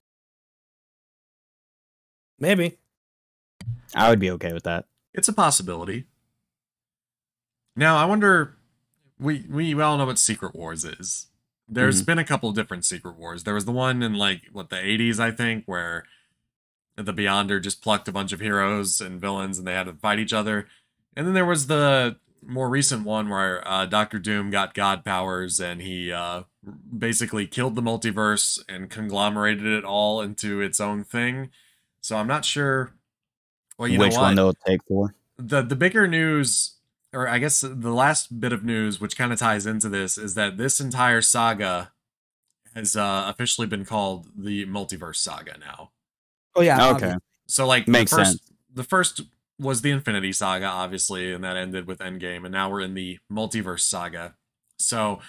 Speaker 3: Maybe.
Speaker 2: I would be okay with that.
Speaker 1: It's a possibility. Now I wonder. We we all know what Secret Wars is. There's
Speaker 2: Mhm.
Speaker 1: been a couple different Secret Wars. There was the one in like what the 80s, I think, where the Beyonder just plucked a bunch of heroes and villains, and they had to fight each other. And then there was the more recent one where uh, Doctor Doom got god powers, and he uh, basically killed the multiverse and conglomerated it all into its own thing. So I'm not sure. Well, you
Speaker 2: Which
Speaker 1: know what?
Speaker 2: one they'll take for?
Speaker 1: the the bigger news or i guess the last bit of news which kind of ties into this is that this entire saga has uh, officially been called the multiverse saga now
Speaker 3: Oh yeah.
Speaker 2: okay,
Speaker 3: obvi-
Speaker 1: so like
Speaker 2: Makes
Speaker 1: the first
Speaker 2: sense.
Speaker 1: the first was the infinity saga obviously and that ended with endgame and now we're in the multiverse saga so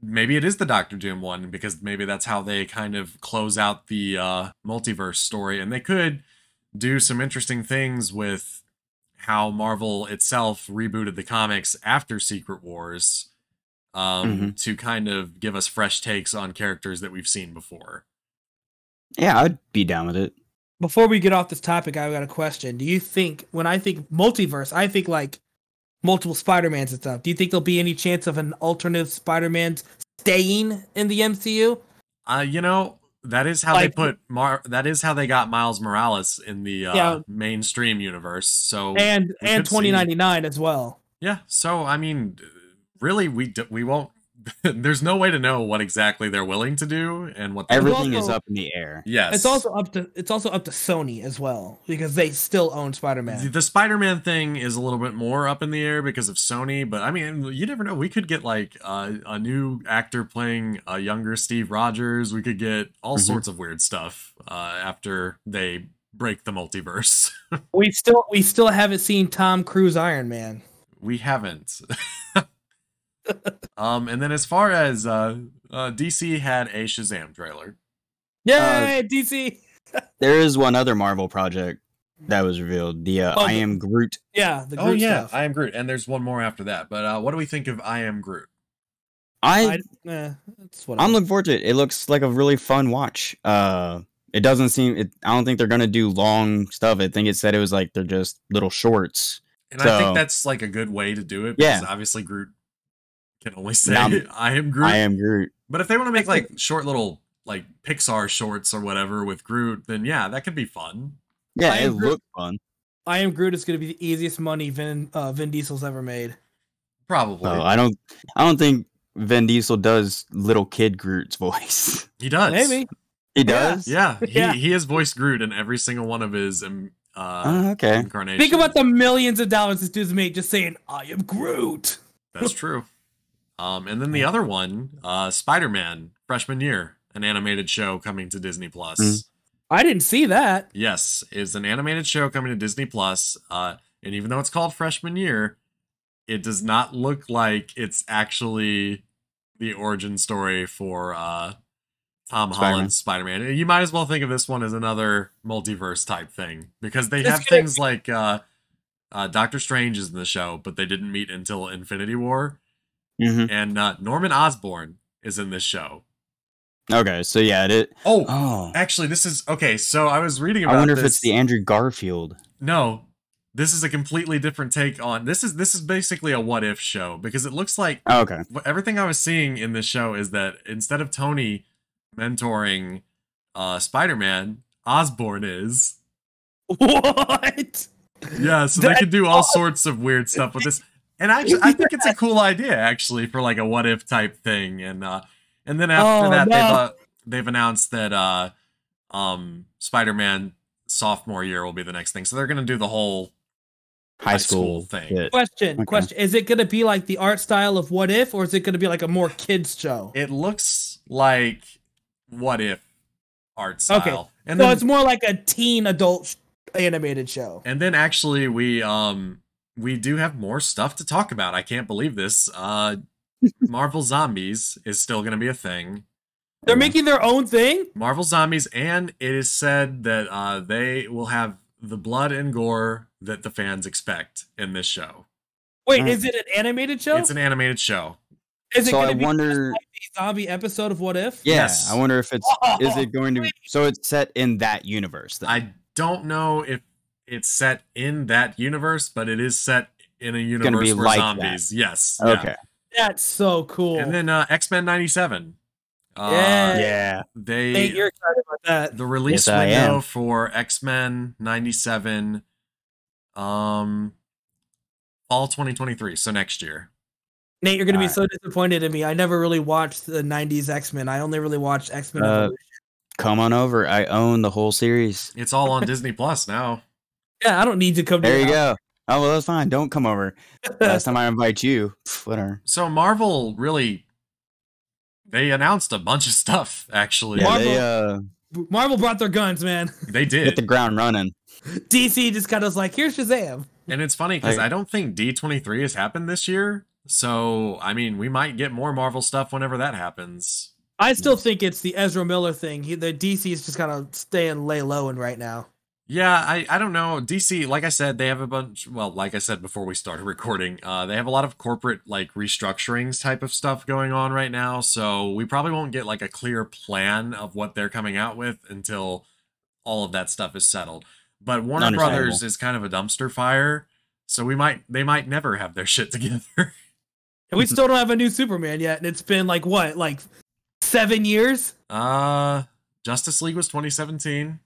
Speaker 1: maybe it is the doctor doom one because maybe that's how they kind of close out the uh, multiverse story and they could do some interesting things with how marvel itself rebooted the comics after secret wars um,
Speaker 2: Mm-hmm.
Speaker 1: to kind of give us fresh takes on characters that we've seen before
Speaker 2: Yeah, I'd be down with it.
Speaker 3: Before we get off this topic, I got a question. Do you think when I think multiverse, I think like multiple Spider-Mans and stuff. Do you think there'll be any chance of an alternative Spider-Man staying in the MCU?
Speaker 1: Uh, you know, that is how they
Speaker 3: Like-
Speaker 1: put Mar. That is how they got Miles Morales in the uh,
Speaker 3: Yeah.
Speaker 1: mainstream universe. So
Speaker 3: And
Speaker 1: we
Speaker 3: and
Speaker 1: could see-
Speaker 3: 2099 as well.
Speaker 1: yeah, so I mean, really, we d- we won't. there's no way to know what exactly they're willing to do and what. they-
Speaker 2: Everything is
Speaker 3: also-
Speaker 2: up in the air.
Speaker 1: yes,
Speaker 3: It's also up to it's also up to Sony as well because they still own
Speaker 1: The,
Speaker 3: Spider-Man.
Speaker 1: the Spider-Man thing is a little bit more up in the air because of Sony, but I mean, you never know. We could get like uh, a new actor playing a younger Steve Rogers. We could get all
Speaker 2: Mhm.
Speaker 1: sorts of weird stuff uh, after they break the multiverse.
Speaker 3: We still we still haven't seen Tom Cruise Iron Man.
Speaker 1: we haven't. um, and then as far as uh, uh, DC had a Shazam trailer.
Speaker 3: Yay, DC.
Speaker 2: There is one other Marvel project that was revealed. The uh,
Speaker 3: Oh,
Speaker 2: I
Speaker 3: the-
Speaker 2: Am Groot.
Speaker 3: Yeah, the Groot
Speaker 1: oh yeah,
Speaker 3: stuff.
Speaker 1: I am Groot, and there's one more after that. But uh, what do we think of I am Groot?
Speaker 2: I
Speaker 3: I, eh, it's whatever.
Speaker 2: I'm looking forward to it. It looks like a really fun watch. Uh, it doesn't seem. It, I don't think they're gonna do long stuff. I think it said it was like they're just little shorts.
Speaker 1: And I
Speaker 2: So-
Speaker 1: think that's like a good way to do it. Because obviously Groot can only say
Speaker 2: Nom-
Speaker 1: I am Groot.
Speaker 2: I Am Groot.
Speaker 1: But if they want to make like short little like Pixar shorts or whatever with Groot, then yeah, that could be fun.
Speaker 2: Yeah,
Speaker 3: I
Speaker 2: it
Speaker 3: Am Groot.
Speaker 2: looked fun.
Speaker 3: I am Groot is going to be the easiest money Vin uh, Vin Diesel's ever made.
Speaker 1: Probably.
Speaker 2: Oh, I don't. I don't think Vin Diesel does little kid Groot's voice.
Speaker 1: he does.
Speaker 3: Maybe
Speaker 2: He
Speaker 3: Yeah.
Speaker 2: does.
Speaker 1: Yeah. He
Speaker 3: Yeah.
Speaker 1: he has voiced Groot in every single one of his um, uh
Speaker 2: Oh, okay.
Speaker 1: incarnations.
Speaker 3: think about the millions of dollars this dude's made just saying I am Groot.
Speaker 1: That's true. Um, and then the other one, uh, Spider Man, freshman year, an animated show coming to Disney Plus.
Speaker 2: Mm.
Speaker 3: I didn't see that.
Speaker 1: Yes, is an animated show coming to Disney Plus. Uh, and even though it's called freshman year, it does not look like it's actually the origin story for uh, Tom
Speaker 2: Spider-Man.
Speaker 1: Holland's Spider Man. You might as well think of this one as another multiverse type thing because they
Speaker 3: It's
Speaker 1: have
Speaker 3: gonna-
Speaker 1: things like uh, uh, Doctor Strange is in the show, but they didn't meet until Infinity War.
Speaker 2: hmm
Speaker 1: and uh, Norman Osborn is in this show.
Speaker 2: Okay. So yeah, it. it
Speaker 1: Oh,
Speaker 2: oh,
Speaker 1: actually, this is okay. So I was reading about.
Speaker 2: I wonder
Speaker 1: this.
Speaker 2: if it's the Andrew Garfield.
Speaker 1: no. This is a completely different take on this. Is this is basically a what if show because it looks like
Speaker 2: Oh, okay.
Speaker 1: wh- everything I was seeing in this show is that instead of Tony mentoring uh, Spider Man, Osborn is.
Speaker 3: What?
Speaker 1: Yeah, so they
Speaker 3: That-
Speaker 1: could do all sorts of weird stuff with this. And I, I think it's a cool idea actually for like a what if type thing. And uh and then after
Speaker 3: Oh,
Speaker 1: that
Speaker 3: no.
Speaker 1: they've uh, they've announced that uh um Spider-Man sophomore year will be the next thing. So they're going to do the whole
Speaker 2: High,
Speaker 1: High school
Speaker 2: school,
Speaker 1: thing.
Speaker 2: shit.
Speaker 3: Question.
Speaker 2: Okay.
Speaker 3: Question. Is it going to be like the art style of What If, or is it going to be like a more kids show?
Speaker 1: it looks like what if art style.
Speaker 3: Okay,
Speaker 1: And
Speaker 3: so
Speaker 1: then
Speaker 3: it's more like a teen adult sh- animated show.
Speaker 1: and then actually we um we do have more stuff to talk about. I can't believe this. Uh Marvel Zombies is still going to be a thing.
Speaker 3: They're making their own thing.
Speaker 1: Marvel Zombies, and it is said that uh, they will have the blood and gore that the fans expect in this show.
Speaker 3: Wait,
Speaker 2: Mm.
Speaker 3: is it an animated show?
Speaker 1: It's an animated show.
Speaker 3: is it
Speaker 2: So
Speaker 3: going
Speaker 2: I
Speaker 3: to be
Speaker 2: wonder.
Speaker 3: a zombie episode of What If?
Speaker 2: Yeah,
Speaker 1: Yes.
Speaker 2: I wonder if it's.
Speaker 3: Oh,
Speaker 2: Is it going to? So it's set in that universe. Then.
Speaker 1: I don't know if it's set in that universe, but it is set in a
Speaker 2: gonna be
Speaker 1: universe where
Speaker 2: like that.
Speaker 1: zombies. Yes. yeah.
Speaker 2: okay.
Speaker 3: That's so cool.
Speaker 1: And then uh, X Men '97. Uh,
Speaker 3: Yeah.
Speaker 2: Yeah.
Speaker 1: They
Speaker 3: Nate, you're excited about that.
Speaker 1: the release
Speaker 2: Yes, I
Speaker 1: window
Speaker 2: am.
Speaker 1: for X Men '97, um, fall 2023, so next year.
Speaker 3: Nate, you're gonna be
Speaker 2: Alright.
Speaker 3: so disappointed in me. I never really watched the '90s X Men. I only really watched X Men.
Speaker 2: Uh, Come on over. I own the whole series.
Speaker 1: It's all on Disney Plus now.
Speaker 3: yeah, I don't need to come.
Speaker 2: There
Speaker 3: to
Speaker 2: you
Speaker 3: your
Speaker 2: go. Oh well, that's fine. Don't come over. Last time I invite you. Pff, whatever.
Speaker 1: So Marvel really they announced a bunch of stuff actually.
Speaker 2: Yeah,
Speaker 3: Marvel-
Speaker 2: they uh,
Speaker 3: house. Marvel brought their guns, man.
Speaker 1: They
Speaker 2: hit
Speaker 1: did.
Speaker 2: the ground running.
Speaker 3: DC just kind of was like, "Here's Shazam."
Speaker 1: and it's funny cuz
Speaker 2: Like-
Speaker 1: I don't think D23 has happened this year. So, I mean, we might get more Marvel stuff whenever that happens.
Speaker 3: I still think it's the Ezra Miller thing. He, the DC is just kind of staying lay low and right now.
Speaker 1: Yeah, I, I don't know. DC, like I said, they have a bunch. Well, like I said before we started recording, uh, they have a lot of corporate like restructurings type of stuff going on right now. So we probably won't get like a clear plan of what they're coming out with until all of that stuff is settled. But Warner
Speaker 2: Understandable.
Speaker 1: Brothers is kind of a dumpster fire, so we might they might never have their shit together.
Speaker 3: And we
Speaker 2: Mm-hmm.
Speaker 3: still don't have a new Superman yet, and it's been like what, like seven years?
Speaker 1: uh, Justice League was 2017.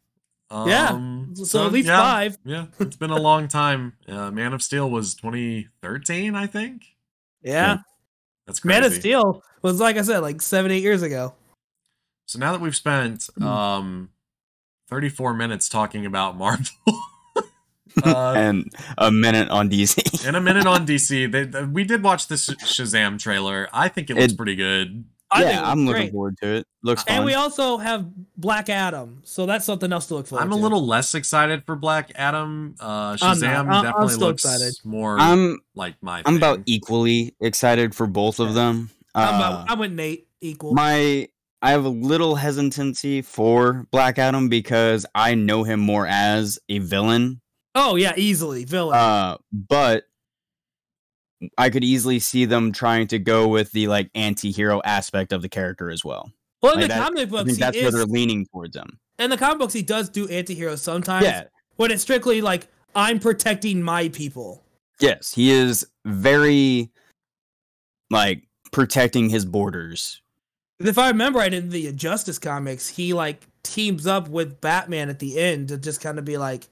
Speaker 3: Yeah,
Speaker 1: Um,
Speaker 3: So, at least
Speaker 1: yeah.
Speaker 3: five.
Speaker 1: Yeah, it's been a long time. Uh, Man of Steel was 2013, I think.
Speaker 3: Yeah,
Speaker 1: That's crazy.
Speaker 3: Man of Steel was like I said, like seven, eight years ago.
Speaker 1: So now that we've spent
Speaker 3: Hmm.
Speaker 1: um 34 minutes talking about Marvel uh,
Speaker 2: and a minute on DC.
Speaker 1: and a minute on DC, they, they- we did watch the Sh- Shazam trailer. I think it looks
Speaker 2: It-
Speaker 1: pretty good.
Speaker 3: I think it
Speaker 2: yeah,
Speaker 3: was
Speaker 2: I'm looking
Speaker 3: great.
Speaker 2: forward to it. Looks fun.
Speaker 3: And we also have Black Adam, so that's something else to look forward.
Speaker 1: I'm a
Speaker 3: to.
Speaker 1: little less excited for Black Adam. Uh,
Speaker 3: I'm not.
Speaker 1: Shazam
Speaker 3: I- I'm
Speaker 1: definitely
Speaker 3: still
Speaker 1: looks
Speaker 3: excited.
Speaker 1: more
Speaker 2: I'm
Speaker 1: like my.
Speaker 2: I'm about e
Speaker 1: thing.
Speaker 2: equally excited for both of them.
Speaker 3: I'm
Speaker 2: Uh,
Speaker 3: about- I'm with Nate equal.
Speaker 2: my I have a little hesitancy for Black Adam because I know him more as a villain.
Speaker 3: Oh yeah, easily villain.
Speaker 2: Uh, but I could easily see them trying to go with the like anti-hero aspect of the character as well.
Speaker 3: well, in
Speaker 2: like
Speaker 3: the
Speaker 2: that-
Speaker 3: comic
Speaker 2: I
Speaker 3: books,
Speaker 2: think
Speaker 3: he
Speaker 2: that's where they're
Speaker 3: is.
Speaker 2: leaning towards him.
Speaker 3: In the comic books, he does do anti-heroes sometimes.
Speaker 2: Yeah.
Speaker 3: When it's strictly like I'm protecting my people.
Speaker 2: Yes, he is very like protecting his borders.
Speaker 3: If I remember right, in the Injustice comics, he like teams up with Batman at the end to just kind of be like,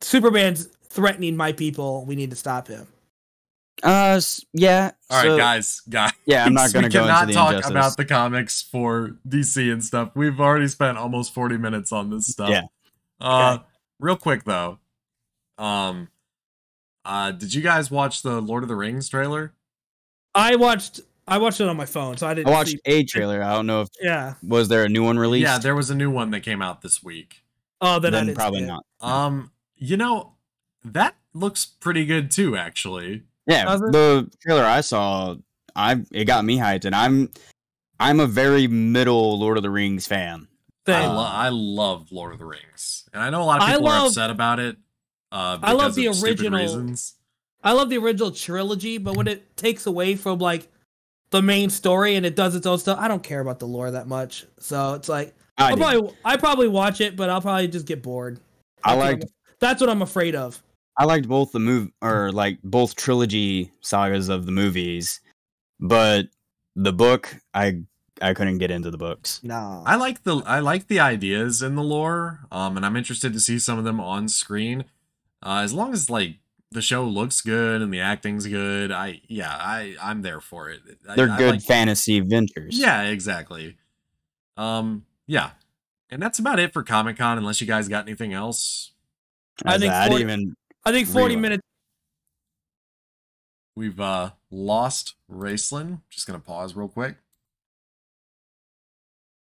Speaker 3: Superman's threatening my people. We need to stop him.
Speaker 2: Uh, s- yeah.
Speaker 1: All right,
Speaker 2: so-
Speaker 1: guys, guys.
Speaker 2: Yeah, I'm not going to
Speaker 1: we
Speaker 2: go
Speaker 1: cannot
Speaker 2: into the
Speaker 1: talk
Speaker 2: injustice.
Speaker 1: about the comics for DC and stuff. We've already spent almost 40 minutes on this stuff.
Speaker 2: Yeah.
Speaker 1: Uh, Real quick though, um, uh, did you guys watch the Lord of the Rings trailer?
Speaker 3: I watched. I watched it on my phone, so I didn't.
Speaker 2: I watched
Speaker 3: see-
Speaker 2: a trailer. I don't know if
Speaker 3: Yeah.
Speaker 2: was there a new one released.
Speaker 1: Yeah, there was a new one that came out this week.
Speaker 3: Oh, then,
Speaker 2: then,
Speaker 3: I didn't see
Speaker 2: probably
Speaker 3: it.
Speaker 2: not.
Speaker 1: Um, you know, that looks pretty good too, actually.
Speaker 2: Yeah,
Speaker 3: Does it?
Speaker 2: the trailer I saw, I it got me hyped, and I'm I'm a very middle Lord of the Rings fan.
Speaker 3: Thing.
Speaker 2: Uh-huh.
Speaker 1: I, lo- I love Lord of the Rings, and I know a lot of
Speaker 3: I
Speaker 1: people are
Speaker 3: love-
Speaker 1: upset about it. Uh,
Speaker 3: I
Speaker 1: because
Speaker 3: love the
Speaker 1: of stupid
Speaker 3: original-
Speaker 1: reasons.
Speaker 3: I love the original trilogy, but when it takes away from like the main story and it does its own stuff, I don't care about the lore that much. So it's like
Speaker 2: I,
Speaker 3: I will
Speaker 2: did.
Speaker 3: probably I probably watch it, but I'll probably just get bored.
Speaker 2: I
Speaker 3: That's what
Speaker 2: liked
Speaker 3: I'm- that's what I'm afraid of.
Speaker 2: I liked both the move or like both trilogy sagas of the movies, but the book I I couldn't get into the books.
Speaker 3: Nah.
Speaker 1: I like the I like the ideas in the lore, um, and I'm interested to see some of them on screen. Uh, as long as like the show looks good and the acting's good, I yeah, I I'm there for it. I-
Speaker 2: They're
Speaker 1: I
Speaker 2: good
Speaker 1: like-
Speaker 2: fantasy adventures.
Speaker 1: yeah, exactly. Um, yeah, and that's about it for Comic Con. Unless you guys got anything else,
Speaker 3: I
Speaker 2: I
Speaker 3: think
Speaker 2: think I
Speaker 3: for-
Speaker 2: didn't even
Speaker 3: I think 40
Speaker 2: Rewind.
Speaker 3: minutes.
Speaker 1: we've uh lost Raceland. Just gonna pause real quick,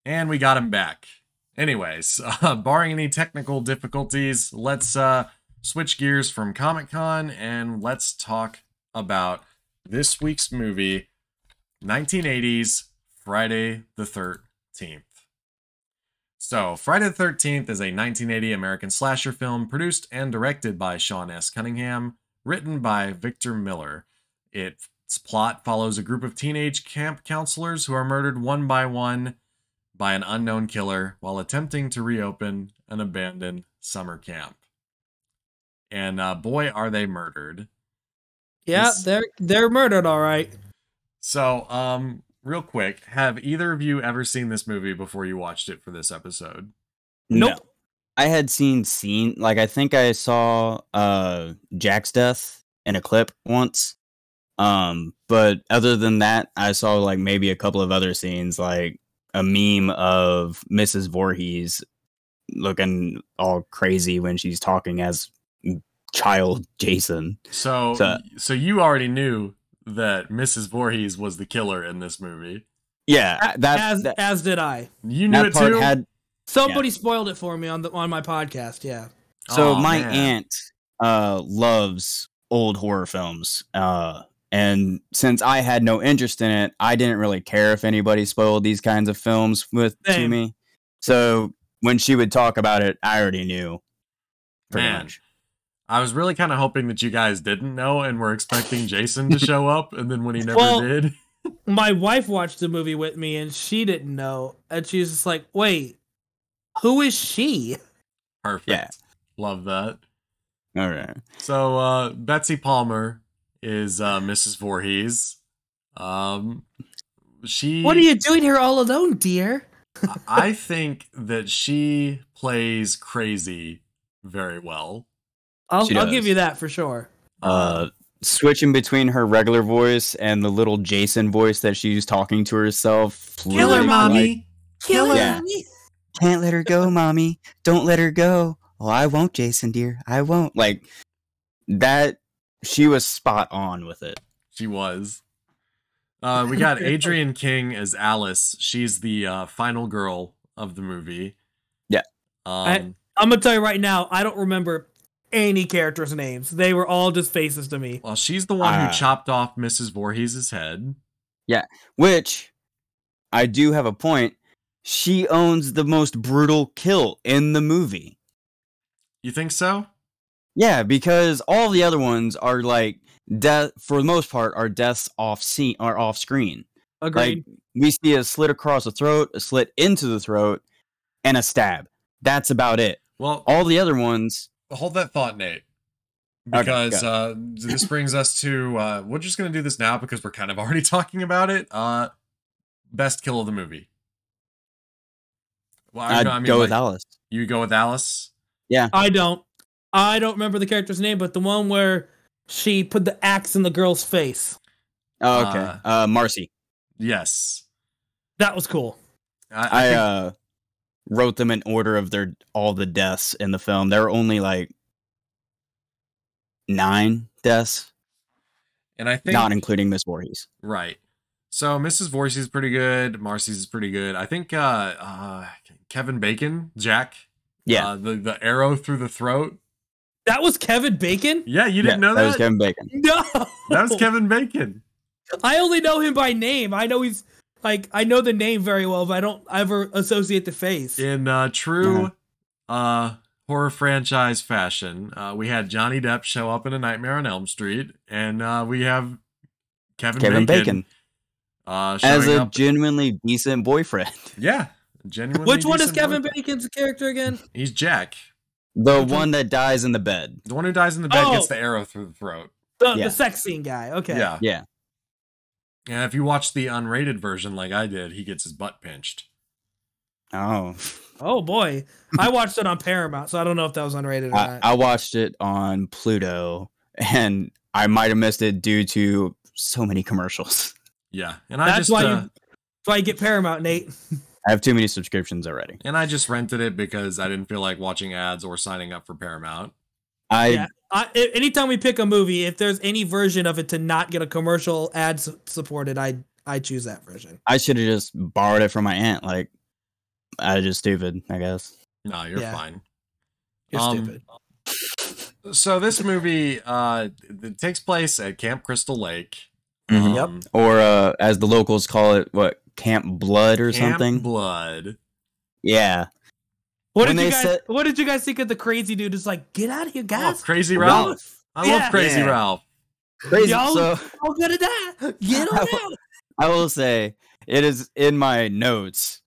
Speaker 1: and we got him back. Anyways, uh, barring any technical difficulties, let's uh switch gears from Comic Con and let's talk about this week's movie, 1980s Friday the 13th. So, Friday the 13th is a 1980 American slasher film produced and directed by Sean S. Cunningham, written by Victor Miller. Its plot follows a group of teenage camp counselors who are murdered one by one by an unknown killer while attempting to reopen an abandoned summer camp. And uh, boy, are they murdered.
Speaker 3: Yeah,
Speaker 1: Yes.
Speaker 3: they're they're murdered all right.
Speaker 1: So, um, real quick, have either of you ever seen this movie before you watched it for this episode?
Speaker 3: Nope.
Speaker 2: No. I had seen seen like I think I saw uh Jack's death in a clip once. Um but other than that I saw like maybe a couple of other scenes like a meme of Mrs. Voorhees looking all crazy when she's talking as mm, child Jason.
Speaker 1: So,
Speaker 2: So-
Speaker 1: so you already knew that Mrs. Voorhees was the killer in this movie.
Speaker 2: Yeah, I- that
Speaker 3: as
Speaker 2: that,
Speaker 3: as did I.
Speaker 1: You knew
Speaker 2: that
Speaker 1: it
Speaker 2: part
Speaker 1: too.
Speaker 2: had
Speaker 3: Somebody spoiled it for me on the on my podcast. Yeah.
Speaker 2: So
Speaker 1: Aw,
Speaker 2: my
Speaker 1: man.
Speaker 2: aunt uh loves old horror films. Uh and since I had no interest in it, I didn't really care if anybody spoiled these kinds of films with to
Speaker 3: Same.
Speaker 2: me. So when she would talk about it, I already knew. Pretty
Speaker 1: Man.
Speaker 2: much.
Speaker 1: I was really kind of hoping that you guys didn't know and were expecting Jason to show up, and then when he never
Speaker 3: Well-
Speaker 1: did,
Speaker 3: my wife watched the movie with me and she didn't know and she was just like wait who is she
Speaker 1: perfect.
Speaker 2: Yeah.
Speaker 1: Love that.
Speaker 2: All right.
Speaker 1: So uh, Betsy Palmer is uh, Mrs. Voorhees. Um, she.
Speaker 3: what are you doing here all alone dear
Speaker 1: I think that she plays crazy very well.
Speaker 3: i'll,
Speaker 2: She
Speaker 3: I'll give
Speaker 2: does.
Speaker 3: you that for sure
Speaker 2: Uh switching between her regular voice and the little Jason voice that she's talking to herself.
Speaker 1: Killer
Speaker 2: really, like,
Speaker 1: mommy. Killer.
Speaker 2: Yeah. Can't let her go, mommy. Don't let her go. Oh, I won't, Jason dear. I won't. Like that she was spot on with it.
Speaker 1: She was. Uh, we got Adrian King as Alice. She's the uh, final girl of the movie.
Speaker 2: Yeah.
Speaker 1: Um,
Speaker 3: i'm gonna tell you right now i don't remember any characters names they were all just faces to me
Speaker 1: well, she's the one
Speaker 2: Ah.
Speaker 1: who chopped off Mrs. Voorhees' head.
Speaker 2: Which I do have a point she owns the most brutal kill in the movie.
Speaker 1: You think so?
Speaker 2: Yeah, because all the other ones are like death for the most part are deaths off scene are off screen.
Speaker 3: Agreed.
Speaker 2: Like we see a slit across the throat, a slit into the throat, and a stab. That's about it.
Speaker 1: Well,
Speaker 2: All the other ones,
Speaker 1: hold that thought, Nate.
Speaker 2: Oh. Okay,
Speaker 1: Because
Speaker 2: go.
Speaker 1: uh, this brings us to uh, we're just gonna do this now because we're kind of already talking about it. Uh, best kill of the movie. Well,
Speaker 2: I'd
Speaker 1: know, I mean,
Speaker 2: go with
Speaker 1: like,
Speaker 2: Alice.
Speaker 1: You go with Alice.
Speaker 3: I don't. I don't remember the character's name, but the one where she put the axe in the girl's face.
Speaker 2: Oh, okay, uh, Marcy.
Speaker 1: Yes,
Speaker 3: That was cool.
Speaker 1: I, I
Speaker 2: I
Speaker 1: think-
Speaker 2: uh, wrote them in order of their all the deaths in the film. There were only like nine deaths,
Speaker 1: and I think
Speaker 2: not including Miss Voorhees.
Speaker 1: Right. So Mrs. Voorhees is pretty good. Marcy's is pretty good. I think uh, uh, Kevin Bacon, Jack.
Speaker 2: Yeah.
Speaker 1: Uh, the the arrow through the throat.
Speaker 3: That was Kevin Bacon?
Speaker 1: Yeah, you didn't
Speaker 2: Yeah,
Speaker 1: know
Speaker 2: that was
Speaker 1: that.
Speaker 2: Kevin Bacon.
Speaker 3: No.
Speaker 1: That was Kevin Bacon.
Speaker 3: I only know him by name. I know he's like I know the name very well, but I don't ever associate the face.
Speaker 1: In uh, true uh, horror franchise fashion, uh, we had Johnny Depp show up in A Nightmare on Elm Street, and uh, we have Kevin,
Speaker 2: Kevin Bacon,
Speaker 1: uh,
Speaker 2: as
Speaker 1: showing
Speaker 2: a
Speaker 1: up.
Speaker 2: genuinely decent boyfriend.
Speaker 1: yeah, genuinely.
Speaker 3: Which one is
Speaker 1: decent
Speaker 3: Kevin
Speaker 1: boy.
Speaker 3: Bacon's character again?
Speaker 1: He's Jack.
Speaker 2: The
Speaker 3: Which one-
Speaker 2: one that dies in the bed.
Speaker 1: The one who dies in the bed gets
Speaker 3: Oh.
Speaker 1: the arrow through the throat.
Speaker 3: The,
Speaker 2: Yeah.
Speaker 3: the sex scene guy. Okay.
Speaker 1: Yeah.
Speaker 2: Yeah.
Speaker 1: Yeah, if you watch the unrated version like I did, he gets his butt pinched.
Speaker 2: Oh,
Speaker 3: Oh boy. I watched it on Paramount, so I don't know if that was unrated or
Speaker 2: I,
Speaker 3: not.
Speaker 2: I watched it on Pluto, and I might have missed it due to so many commercials.
Speaker 1: Yeah, and I
Speaker 3: That's
Speaker 1: just
Speaker 3: why you-
Speaker 1: uh,
Speaker 3: That's why you get Paramount, Nate.
Speaker 2: I have too many subscriptions already.
Speaker 1: and I just rented it because I didn't feel like watching ads or signing up for Paramount.
Speaker 2: I
Speaker 3: Yeah. I, a- anytime we pick a movie, if there's any version of it to not get a commercial ad s- supported, I I choose that version.
Speaker 2: I should have just borrowed it from my aunt. Like, I was just stupid, I guess.
Speaker 1: No, you're
Speaker 3: Yeah.
Speaker 1: fine.
Speaker 3: You're
Speaker 1: Um,
Speaker 3: stupid.
Speaker 1: So this movie uh it takes place at Camp Crystal Lake. Um,
Speaker 2: Mhm.
Speaker 3: Yep.
Speaker 2: Or uh, as the locals call it, what Camp Blood or
Speaker 1: Camp
Speaker 2: something?
Speaker 1: Blood.
Speaker 2: yeah,
Speaker 3: What
Speaker 2: when
Speaker 3: did you
Speaker 2: they
Speaker 3: guys
Speaker 2: said-
Speaker 3: What did you guys think of the crazy dude? Just like get out of here,
Speaker 1: Oh,
Speaker 3: guys!
Speaker 1: Crazy
Speaker 2: Wow.
Speaker 1: Ralph. I
Speaker 3: Yeah.
Speaker 1: love Crazy
Speaker 2: Yeah.
Speaker 1: Ralph.
Speaker 2: crazy.
Speaker 3: Y'all-
Speaker 2: So
Speaker 3: I'm gonna die. Get on out.
Speaker 2: I will say it is in my notes.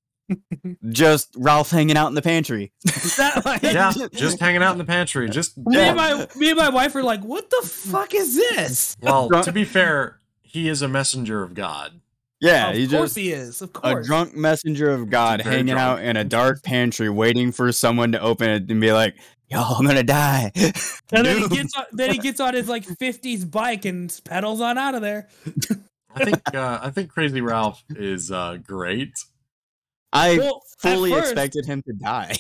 Speaker 2: just Ralph hanging out in the pantry.
Speaker 3: Is that like-
Speaker 1: Yeah, just hanging out in the pantry. Just
Speaker 3: Me
Speaker 2: Yeah.
Speaker 3: and my me and my wife were like, "What the fuck is this?"
Speaker 1: well, to be fair, he is a messenger of God.
Speaker 2: Yeah,
Speaker 3: of
Speaker 2: he
Speaker 3: course
Speaker 2: just
Speaker 3: he is. Of
Speaker 2: a
Speaker 3: course.
Speaker 2: drunk messenger of God
Speaker 1: Very
Speaker 2: hanging
Speaker 1: drunk.
Speaker 2: out in a dark pantry, waiting for someone to open it and be like, "Yo, I'm gonna die."
Speaker 3: and then he
Speaker 2: Dude.
Speaker 3: gets on, then he gets on his like '50s bike and pedals on out of there.
Speaker 1: I think uh, I think Crazy Ralph is uh great.
Speaker 2: I
Speaker 3: Well, at
Speaker 2: fully
Speaker 3: first-
Speaker 2: expected him to die.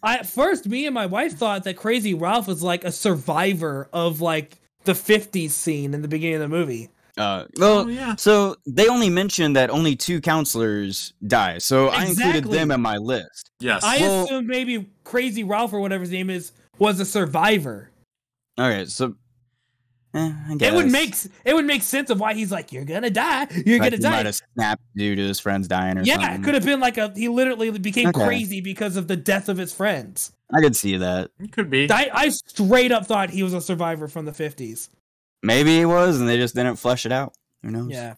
Speaker 3: I at first me and my wife thought that Crazy Ralph was like a survivor of like the '50s scene in the beginning of the movie.
Speaker 2: Uh,
Speaker 1: oh
Speaker 2: well,
Speaker 1: yeah.
Speaker 2: so they only mentioned that only two counselors die, so I included them
Speaker 3: Exactly.
Speaker 2: in my list.
Speaker 1: Yes.
Speaker 3: I
Speaker 2: Well-
Speaker 3: assumed maybe Crazy Ralph or whatever his name is was a survivor.
Speaker 2: Okay, so eh, I guess
Speaker 3: It would make s- it would make sense of why he's like, "You're gonna die. You're
Speaker 2: like,
Speaker 3: gonna
Speaker 2: he
Speaker 3: die."
Speaker 2: Might have snapped due to his friends dying or
Speaker 3: Yeah,
Speaker 2: something.
Speaker 3: it could have been like a he literally became
Speaker 2: Okay.
Speaker 3: crazy because of the death of his friends.
Speaker 2: I could see that.
Speaker 1: It could be.
Speaker 3: I, I straight up thought he was a survivor from the fifties.
Speaker 2: Maybe he was, and they just didn't flesh it out. Who knows?
Speaker 3: Yeah.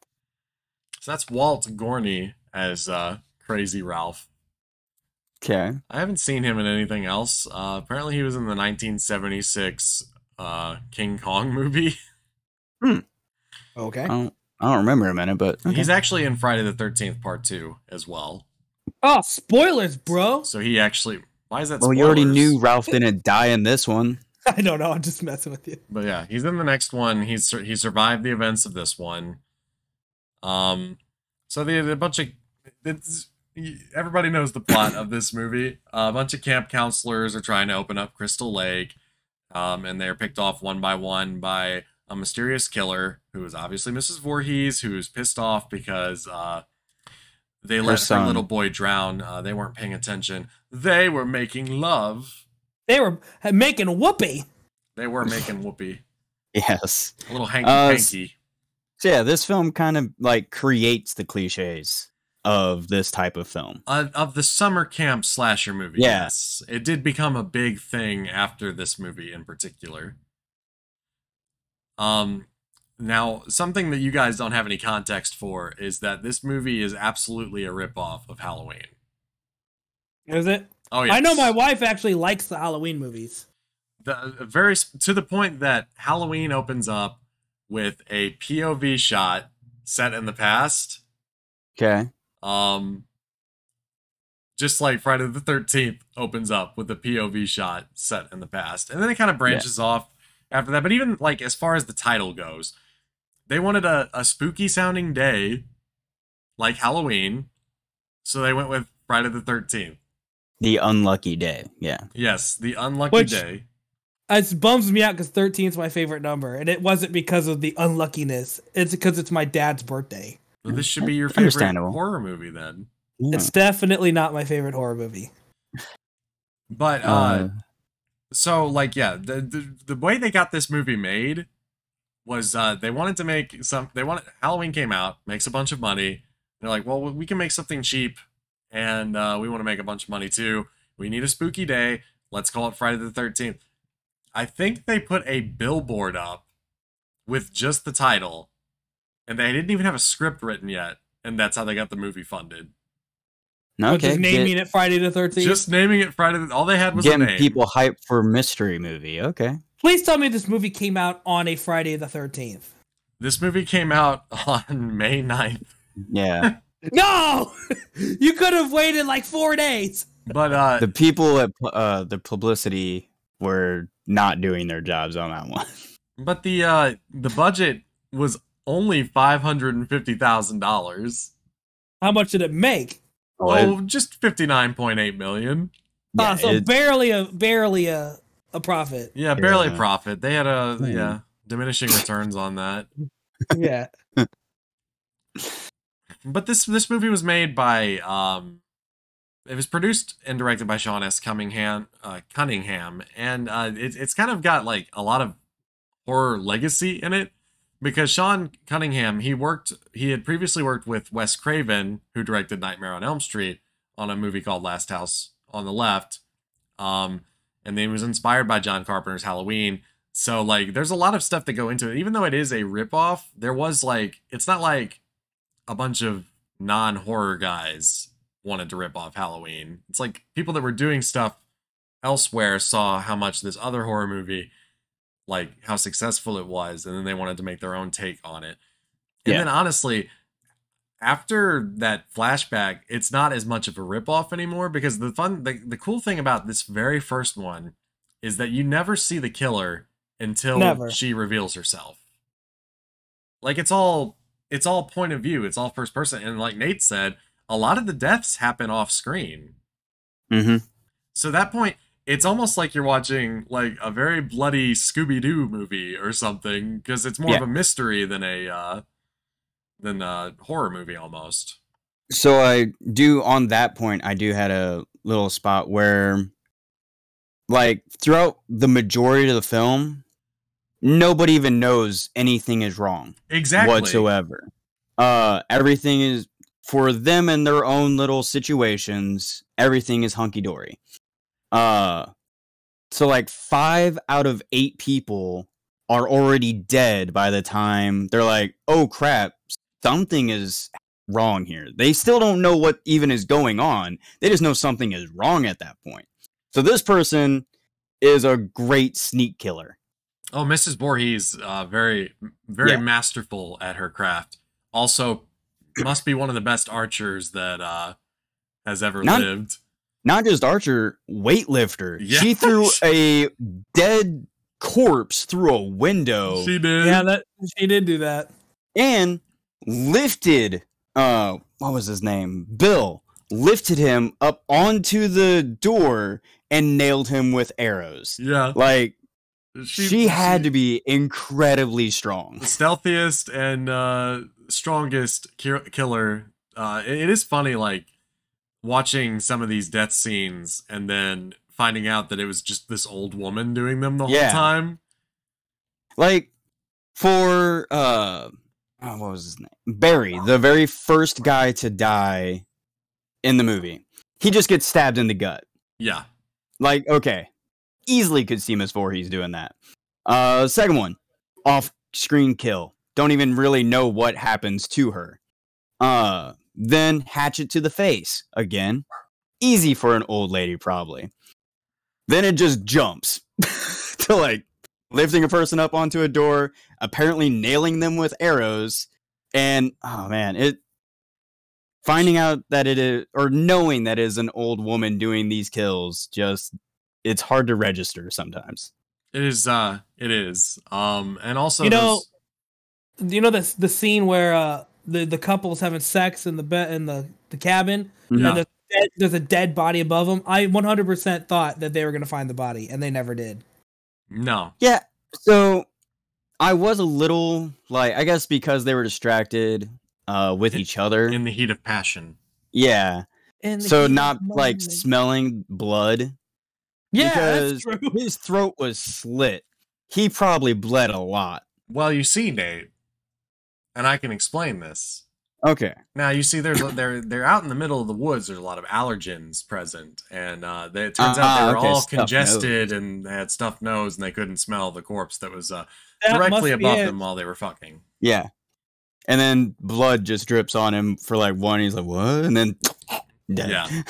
Speaker 1: So that's Walt Gorney as uh, Crazy Ralph.
Speaker 2: Okay.
Speaker 1: I haven't seen him in anything else. Uh, apparently, he was in the 1976 uh, King Kong movie.
Speaker 2: I
Speaker 3: Okay.
Speaker 2: don't. I don't remember a minute, but okay.
Speaker 1: He's actually in Friday the 13th Part 2 as well.
Speaker 3: Oh, spoilers, bro.
Speaker 1: So he actually. Why is that
Speaker 2: well, you already
Speaker 1: spoilers?
Speaker 2: knew Ralph didn't die in this one.
Speaker 3: I don't know. I'm just messing with you.
Speaker 1: But yeah, he's in the next one. He's sur- he survived the events of this one. Um, so they had a bunch of it's, everybody knows the plot of this movie. a bunch of camp counselors are trying to open up Crystal Lake, um, and they're picked off one by one by a mysterious killer who is obviously Mrs. Voorhees, who's pissed off because uh, they let her
Speaker 2: son.
Speaker 1: little boy drown. Uh, they weren't paying attention. They were making love.
Speaker 3: They were uh, making whoopee.
Speaker 1: They were making whoopee.
Speaker 2: Yes.
Speaker 1: A little hanky
Speaker 2: Uh,
Speaker 1: panky.
Speaker 2: So yeah, this film kind of like creates the cliches of this type of film.
Speaker 1: of, of the summer camp slasher movie.
Speaker 2: Yeah.
Speaker 1: Yes, it did become a big thing after this movie in particular. Um, now something that you guys don't have any context for is that this movie is absolutely a ripoff of Halloween.
Speaker 3: Is it?
Speaker 1: Oh yeah,
Speaker 3: I know my wife actually likes the Halloween movies.
Speaker 1: the uh, very s- to the point that Halloween opens up with a POV shot set in the past.
Speaker 2: Okay.
Speaker 1: Um, just like Friday the Thirteenth opens up with a POV shot set in the past, and then it kind of branches off after that. But even like as far as the title goes, they wanted a, a spooky sounding day, like Halloween, so they went with Friday the Thirteenth.
Speaker 2: The unlucky day. Yeah.
Speaker 1: Yes, the unlucky
Speaker 3: Which-
Speaker 1: day.
Speaker 3: It bums me out because 13 is my favorite number, and it wasn't because of the unluckiness. It's because it's my dad's birthday.
Speaker 1: Well, this should be your favorite
Speaker 2: Understandable.
Speaker 1: horror movie then.
Speaker 2: Yeah.
Speaker 3: It's definitely not my favorite horror movie.
Speaker 1: But uh,
Speaker 2: Uh,
Speaker 1: so like yeah, the, the the way they got this movie made was uh they wanted to make some they wanted Halloween came out, makes a bunch of money. They're like, "Well, we can make something cheap and uh we want to make a bunch of money too. We need a spooky day. Let's call it Friday the 13th." I think they put a billboard up with just the title and they didn't even have a script written yet, and that's how they got the movie funded.
Speaker 3: Which
Speaker 2: okay.
Speaker 3: is naming
Speaker 2: Get,
Speaker 3: it Friday the 13th.
Speaker 1: Just naming it Friday the, all they had was a
Speaker 2: getting
Speaker 1: name.
Speaker 2: people hyped for mystery movie. Okay.
Speaker 3: Please tell me this movie came out on a Friday the 13th.
Speaker 1: This movie came out on May 9th.
Speaker 2: Yeah.
Speaker 3: No! you could have waited like four days.
Speaker 1: But uh
Speaker 2: the people at pu- uh, the publicity were not doing their jobs on that one.
Speaker 1: but the uh the budget was only five hundred and fifty thousand dollars.
Speaker 3: How much did it make?
Speaker 1: Oh, just fifty nine point eight million.
Speaker 3: Ah,
Speaker 2: Yeah,
Speaker 3: so
Speaker 2: it-
Speaker 3: barely a barely a a profit.
Speaker 1: Yeah, barely
Speaker 2: Yeah.
Speaker 1: profit. They had a
Speaker 2: Hmm.
Speaker 1: yeah diminishing returns on that.
Speaker 3: Yeah.
Speaker 1: But this this movie was made by um, it was produced and directed by Sean S. Cunningham. Uh, Cunningham, and uh, it, it's kind of got like a lot of horror legacy in it because Sean Cunningham he worked he had previously worked with Wes Craven, who directed Nightmare on Elm Street, on a movie called Last House on the Left, um, and then he was inspired by John Carpenter's Halloween. So like, there's a lot of stuff that go into it. Even though it is a ripoff, there was like, it's not like a bunch of non horror guys wanted to rip off Halloween. It's like people that were doing stuff elsewhere saw how much this other horror movie, like how successful it was, and then they wanted to make their own take on it. And
Speaker 2: Yeah.
Speaker 1: then honestly, after that flashback, it's not as much of a ripoff anymore because the fun, the, the cool thing about this very first one is that you never see the killer until
Speaker 3: Never.
Speaker 1: she reveals herself. Like it's all it's all point of view. It's all first person. And like Nate said, a lot of the deaths happen off screen.
Speaker 2: Mhm.
Speaker 1: So at that point, it's almost like you're watching like a very bloody Scooby Doo movie or something because it's more of
Speaker 2: Yeah.
Speaker 1: a mystery than a uh, than a horror movie almost.
Speaker 2: So I do on that point. I do had a little spot where, like, throughout the majority of the film, nobody even knows anything is wrong.
Speaker 1: Exactly.
Speaker 2: whatsoever. Uh, everything is for them in their own little situations. Everything is hunky dory. Uh, so like five out of eight people are already dead by the time they're like, "Oh crap, something is wrong here." They still don't know what even is going on. They just know something is wrong at that point. So this person is a great sneak killer.
Speaker 1: Oh, Mrs. Voorhees, uh, very, very
Speaker 2: Yeah.
Speaker 1: masterful at her craft. Also, must be one of the best archers that uh, has ever
Speaker 2: Not-
Speaker 1: lived.
Speaker 2: not just Archer, weightlifter. She
Speaker 1: Yes.
Speaker 2: threw a dead corpse through a window
Speaker 1: She did.
Speaker 3: Yeah, that she did do that.
Speaker 2: and lifted uh what was his name? Bill lifted him up onto the door and nailed him with arrows.
Speaker 1: yeah.
Speaker 2: Like she,
Speaker 1: She,
Speaker 2: had
Speaker 1: she-
Speaker 2: to be incredibly strong.
Speaker 1: stealthiest and uh, strongest ki- killer. Uh, it- it is funny, like watching some of these death scenes and then finding out that it was just this old woman doing them the whole
Speaker 2: Yeah.
Speaker 1: time.
Speaker 2: Like for uh oh, what was his name? Barry, the very first guy to die in the movie. He just gets stabbed in the gut.
Speaker 1: Yeah.
Speaker 2: Like, okay. Easily could see Miss Voorhees doing that. Uh second one, off screen kill. Don't even really know what happens to her. Uh then hatchet to the face again. Easy for an old lady, probably. Then it just jumps to like lifting a person up onto a door, apparently nailing them with arrows, and oh man, it finding out that it is or knowing that it is an old woman doing these kills just it's hard to register sometimes.
Speaker 1: It is uh it is. Um and also
Speaker 3: You know-
Speaker 1: there's-
Speaker 3: Do you know the the scene where uh, the the couple's having sex in the bed in the the cabin?
Speaker 1: Yeah.
Speaker 3: And there's, dead, there's a dead body above them. I 100% thought that they were gonna find the body, and they never did.
Speaker 1: no.
Speaker 2: Yeah. So I was a little like I guess because they were distracted uh with
Speaker 1: In-
Speaker 2: each other.
Speaker 1: In the heat of passion.
Speaker 2: yeah.
Speaker 3: And
Speaker 2: So not like smelling blood.
Speaker 3: yeah,
Speaker 2: because
Speaker 3: that's true.
Speaker 2: his throat was slit. He probably bled a lot.
Speaker 1: Well, you see, Nate, and I can explain this.
Speaker 2: Okay.
Speaker 1: Now you see, there's they're they're out in the middle of the woods. There's a lot of allergens present, and uh, they, it turns out
Speaker 2: Ah,
Speaker 1: they were
Speaker 2: okay,
Speaker 1: all
Speaker 2: stuffed nose.
Speaker 1: congested and they had stuffed nose, and they couldn't smell the corpse that was uh,
Speaker 3: That must
Speaker 1: directly
Speaker 3: be
Speaker 1: above
Speaker 3: it.
Speaker 1: them while they were fucking.
Speaker 2: Yeah. And then blood just drips on him for like one. He's like, what? And then dead.
Speaker 1: Yeah.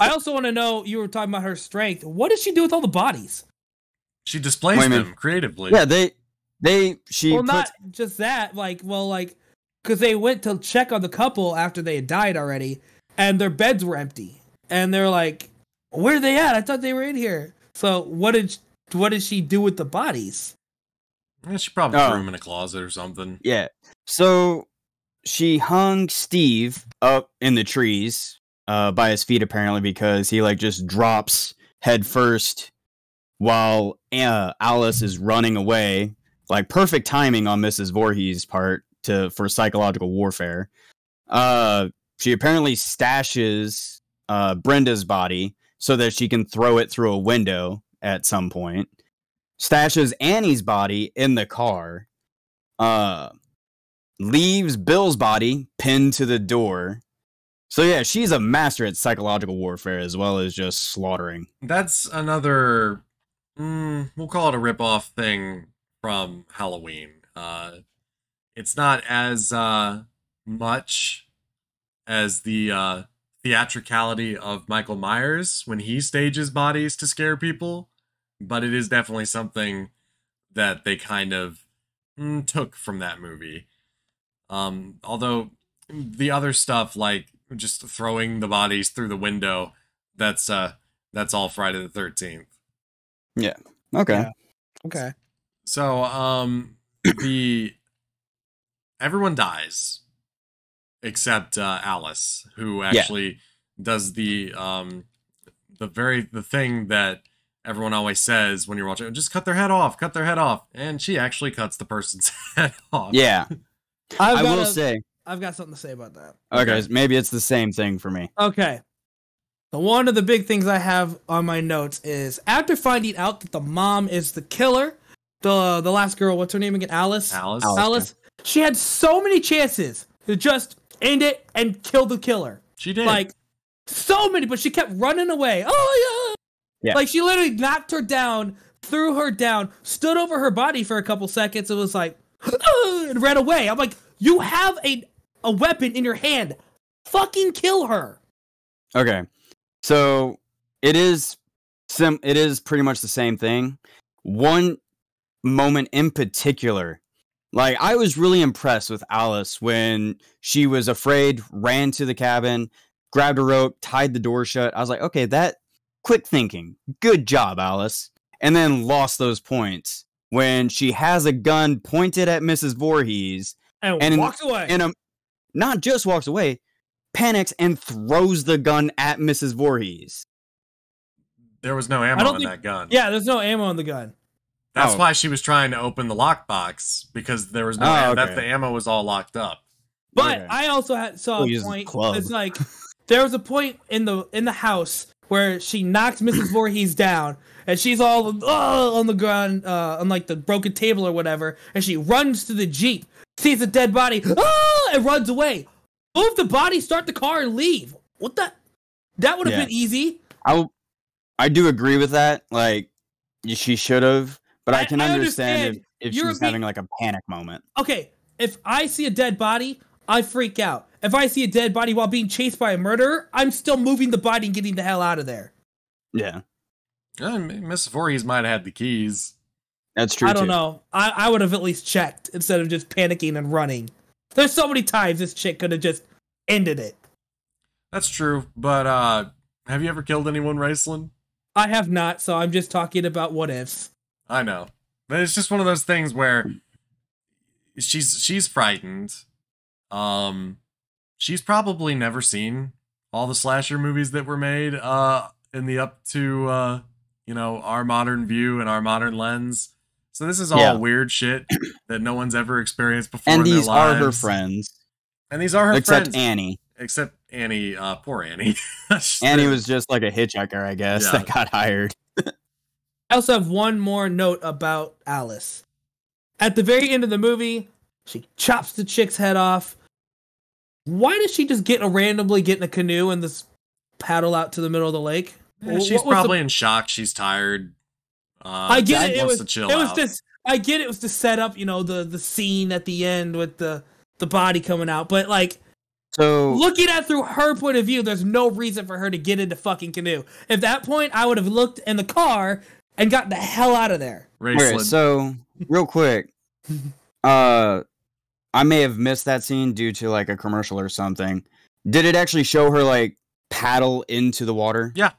Speaker 3: I also want to know. You were talking about her strength. What did she do with all the bodies?
Speaker 1: She displays
Speaker 2: Wait a minute.
Speaker 1: them creatively.
Speaker 2: Yeah, they they she
Speaker 3: well,
Speaker 2: puts
Speaker 3: not just that. Like, well, like, because they went to check on the couple after they had died already, and their beds were empty, and they're like, "Where are they at? I thought they were in here." So, what did what did she do with the bodies?
Speaker 1: Yeah, she probably
Speaker 2: Oh.
Speaker 1: threw him in a closet or something.
Speaker 2: Yeah. So she hung Steve up in the trees uh, by his feet, apparently, because he like just drops head first while uh, Alice is running away. Like perfect timing on Mrs. Voorhees' part to for psychological warfare. Uh, she apparently stashes uh, Brenda's body so that she can throw it through a window at some point. Stashes Annie's body in the car uh leaves Bill's body pinned to the door. So yeah, she's a master at psychological warfare as well as just slaughtering.
Speaker 1: That's another, mm, we'll call it a rip-off thing from Halloween. Uh, it's not as uh, much as the uh, theatricality of Michael Myers when he stages bodies to scare people, but it is definitely something that they kind of mm, took from that movie. Um, although the other stuff, like just throwing the bodies through the window, that's uh, that's all Friday the 13th.
Speaker 2: Okay.
Speaker 3: Yeah. Okay.
Speaker 1: So, um, the everyone dies except uh, Alice, who actually does the um, the very the thing that everyone always says when you're watching, "Oh, just cut their head off, cut their head off, and she actually cuts the person's head off.
Speaker 2: Yeah.
Speaker 3: I've
Speaker 2: I
Speaker 3: got
Speaker 2: will
Speaker 3: a-
Speaker 2: say
Speaker 3: I've got something to say about that.
Speaker 2: okay,
Speaker 1: Okay.
Speaker 2: maybe it's the same thing for me.
Speaker 3: Okay. So one of the big things I have on my notes is after finding out that the mom is the killer, the the last girl, what's her name again? Alice.
Speaker 1: Alice,
Speaker 2: Alice.
Speaker 3: Alice. She had so many chances to just end it and kill the killer.
Speaker 1: she did.
Speaker 3: Like so many, but she kept running away. Oh yeah.
Speaker 2: Yeah.
Speaker 3: Like she literally knocked her down, threw her down, stood over her body for a couple seconds, and was like, and ran away. I'm like, you have a a weapon in your hand. Fucking kill her.
Speaker 2: Okay. So it is sim it is pretty much the same thing. One moment in particular. Like I was really impressed with Alice when she was afraid, ran to the cabin, grabbed a rope, tied the door shut. I was like, "Okay, that quick thinking. Good job, Alice." And then lost those points when she has a gun pointed at Mrs. Voorhees
Speaker 3: and,
Speaker 2: And in-
Speaker 3: walks away.
Speaker 2: and um, not just walks away, panics and throws the gun at Mrs. Voorhees.
Speaker 1: there was no ammo
Speaker 3: don't
Speaker 1: in
Speaker 3: think-
Speaker 1: that gun.
Speaker 3: yeah, there's no ammo in the gun.
Speaker 1: that's
Speaker 2: Oh.
Speaker 1: why she was trying to open the lockbox because there was no.
Speaker 2: Oh,
Speaker 1: am- That's
Speaker 2: okay.
Speaker 1: the ammo was all locked up.
Speaker 3: But
Speaker 2: Okay.
Speaker 3: I also had saw
Speaker 2: We'll
Speaker 3: a
Speaker 2: use the
Speaker 3: point.
Speaker 2: club.
Speaker 3: It's like there was a point in the in the house where she knocked Mrs. Voorhees down, and she's all "Ugh," on the ground uh, on like the broken table or whatever, and she runs to the jeep. sees a dead body, ah, and runs away. Move the body, start the car, and leave. What the? That would have
Speaker 2: Yeah.
Speaker 3: been easy.
Speaker 2: I w- I do agree with that. Like y- she should have, but I,
Speaker 3: I-
Speaker 2: can
Speaker 3: I
Speaker 2: understand,
Speaker 3: understand.
Speaker 2: if, if
Speaker 3: You're
Speaker 2: she's
Speaker 3: being-
Speaker 2: having like a panic moment.
Speaker 3: Okay, if I see a dead body, I freak out. If I see a dead body while being chased by a murderer, I'm still moving the body and getting the hell out of there.
Speaker 2: Yeah,
Speaker 1: Uh, Miss Voorhees might have had the keys.
Speaker 2: that's true.
Speaker 3: I don't
Speaker 2: too.
Speaker 3: know. I, I would have at least checked instead of just panicking and running. There's so many times this chick could have just ended it.
Speaker 1: That's true, but uh, have you ever killed anyone, Raceland?
Speaker 3: I have not, so I'm just talking about what ifs.
Speaker 1: I know, but it's just one of those things where she's she's frightened. Um, she's probably never seen all the slasher movies that were made uh in the up to uh you know our modern view and our modern lens. So this is all
Speaker 2: Yeah.
Speaker 1: weird shit that no one's ever experienced before.
Speaker 2: And
Speaker 1: in their
Speaker 2: these are her
Speaker 1: lives.
Speaker 2: friends,
Speaker 1: And these are her
Speaker 2: except
Speaker 1: friends.
Speaker 2: Annie.
Speaker 1: except Annie, uh, poor Annie. She-
Speaker 2: Annie was just like a hitchhiker, I guess,
Speaker 1: Yeah.
Speaker 2: that got hired.
Speaker 3: I also have one more note about Alice. At the very end of the movie, she chops the chick's head off. Why does she just get randomly get in a canoe and this paddle out to the middle of the lake?
Speaker 1: Yeah,
Speaker 3: Wh- what
Speaker 1: she's
Speaker 3: was the-
Speaker 1: probably in shock. She's tired. Uh,
Speaker 3: I get it. It
Speaker 1: wants
Speaker 3: was,
Speaker 1: to chill
Speaker 3: it was
Speaker 1: out.
Speaker 3: just. I get it was to set up, you know, the the scene at the end with the the body coming out. But like
Speaker 2: So
Speaker 3: looking at it through her point of view, there's no reason for her to get into fucking canoe. At that point, I would have looked in the car and gotten the hell out of there.
Speaker 2: Wait,
Speaker 1: Raceland.
Speaker 2: so real quick, uh, I may have missed that scene due to like a commercial or something. Did it actually show her like paddle into the water?
Speaker 1: Yeah.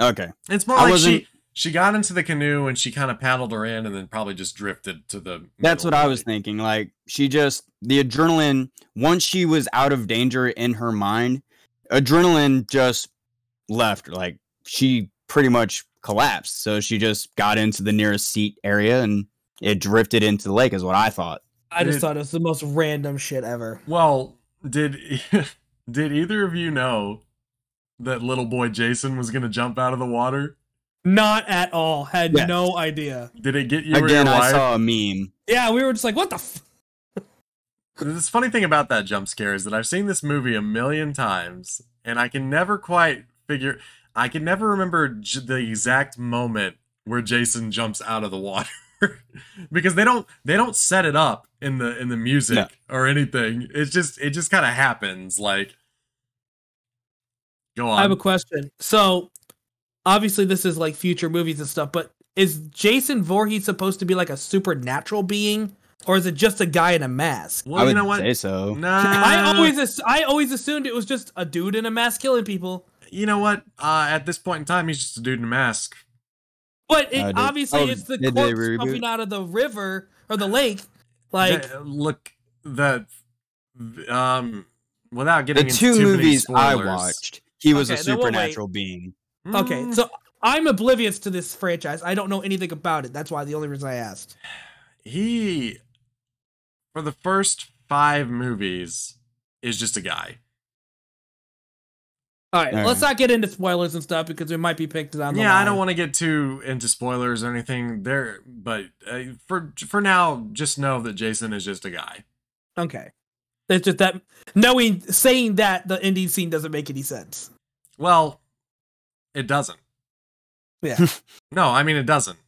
Speaker 2: Okay.
Speaker 1: it's more
Speaker 2: I
Speaker 1: like
Speaker 2: wasn't-
Speaker 1: she she got into the canoe and she kind of paddled her in, and then probably just drifted to the.
Speaker 2: That's
Speaker 1: middle
Speaker 2: what I
Speaker 1: of
Speaker 2: was
Speaker 1: it.
Speaker 2: thinking. Like she just the adrenaline once she was out of danger in her mind, adrenaline just left. Like she pretty much collapsed. So she just got into the nearest seat area and it drifted into the lake is what I thought.
Speaker 3: I just
Speaker 1: Dude.
Speaker 3: thought it was the most random shit ever.
Speaker 1: Well, did did either of you know that little boy Jason was gonna jump out of the water?
Speaker 3: Not at all. Had
Speaker 2: Yes.
Speaker 3: no idea.
Speaker 1: Did it get you or your
Speaker 2: Again, I
Speaker 1: wife?
Speaker 2: saw a meme.
Speaker 3: Yeah, we were just like, what the. F-?
Speaker 1: This funny thing about that jump scare is that I've seen this movie a million times, and I can never quite figure. I can never remember j- the exact moment where Jason jumps out of the water because they don't they don't set it up in the in the music
Speaker 2: No.
Speaker 1: or anything. It's just it just kind of happens. Like, go
Speaker 3: I have a
Speaker 1: on.
Speaker 3: question. So, obviously, this is like future movies and stuff, but is Jason Voorhees supposed to be like a supernatural being? Or is it just a guy in a mask?
Speaker 1: well,
Speaker 2: I
Speaker 1: you
Speaker 2: would
Speaker 1: know what?
Speaker 2: say so.
Speaker 1: Nah,
Speaker 3: I always ass- I always assumed it was just a dude in a mask killing people.
Speaker 1: you know what? Uh, at this point in time, he's just a dude in a mask.
Speaker 3: But it,
Speaker 2: Oh, did-
Speaker 3: obviously,
Speaker 2: oh,
Speaker 3: it's the
Speaker 2: did they
Speaker 3: corpse
Speaker 2: reboot?
Speaker 3: coming out of the river or the lake. Like,
Speaker 1: Th- uh, look that um without
Speaker 2: The
Speaker 1: getting into
Speaker 2: two
Speaker 1: too many
Speaker 2: movies I
Speaker 1: spoilers-
Speaker 2: watched, he was
Speaker 3: Okay,
Speaker 2: a
Speaker 3: then we'll wait.
Speaker 2: supernatural being.
Speaker 3: okay,
Speaker 1: Mm,
Speaker 3: so I'm oblivious to this franchise. I don't know anything about it. That's why the only reason I asked.
Speaker 1: he for the first five movies is just a guy
Speaker 3: All right,
Speaker 2: All
Speaker 3: let's not get into spoilers and stuff because we might be picked on. The
Speaker 1: yeah i
Speaker 3: line.
Speaker 1: don't want to get too into spoilers or anything there but uh, for for now just know that jason is just a guy
Speaker 3: Okay, it's just that knowing saying that the ending scene doesn't make any sense.
Speaker 1: well it doesn't
Speaker 3: Yeah,
Speaker 1: no i mean it doesn't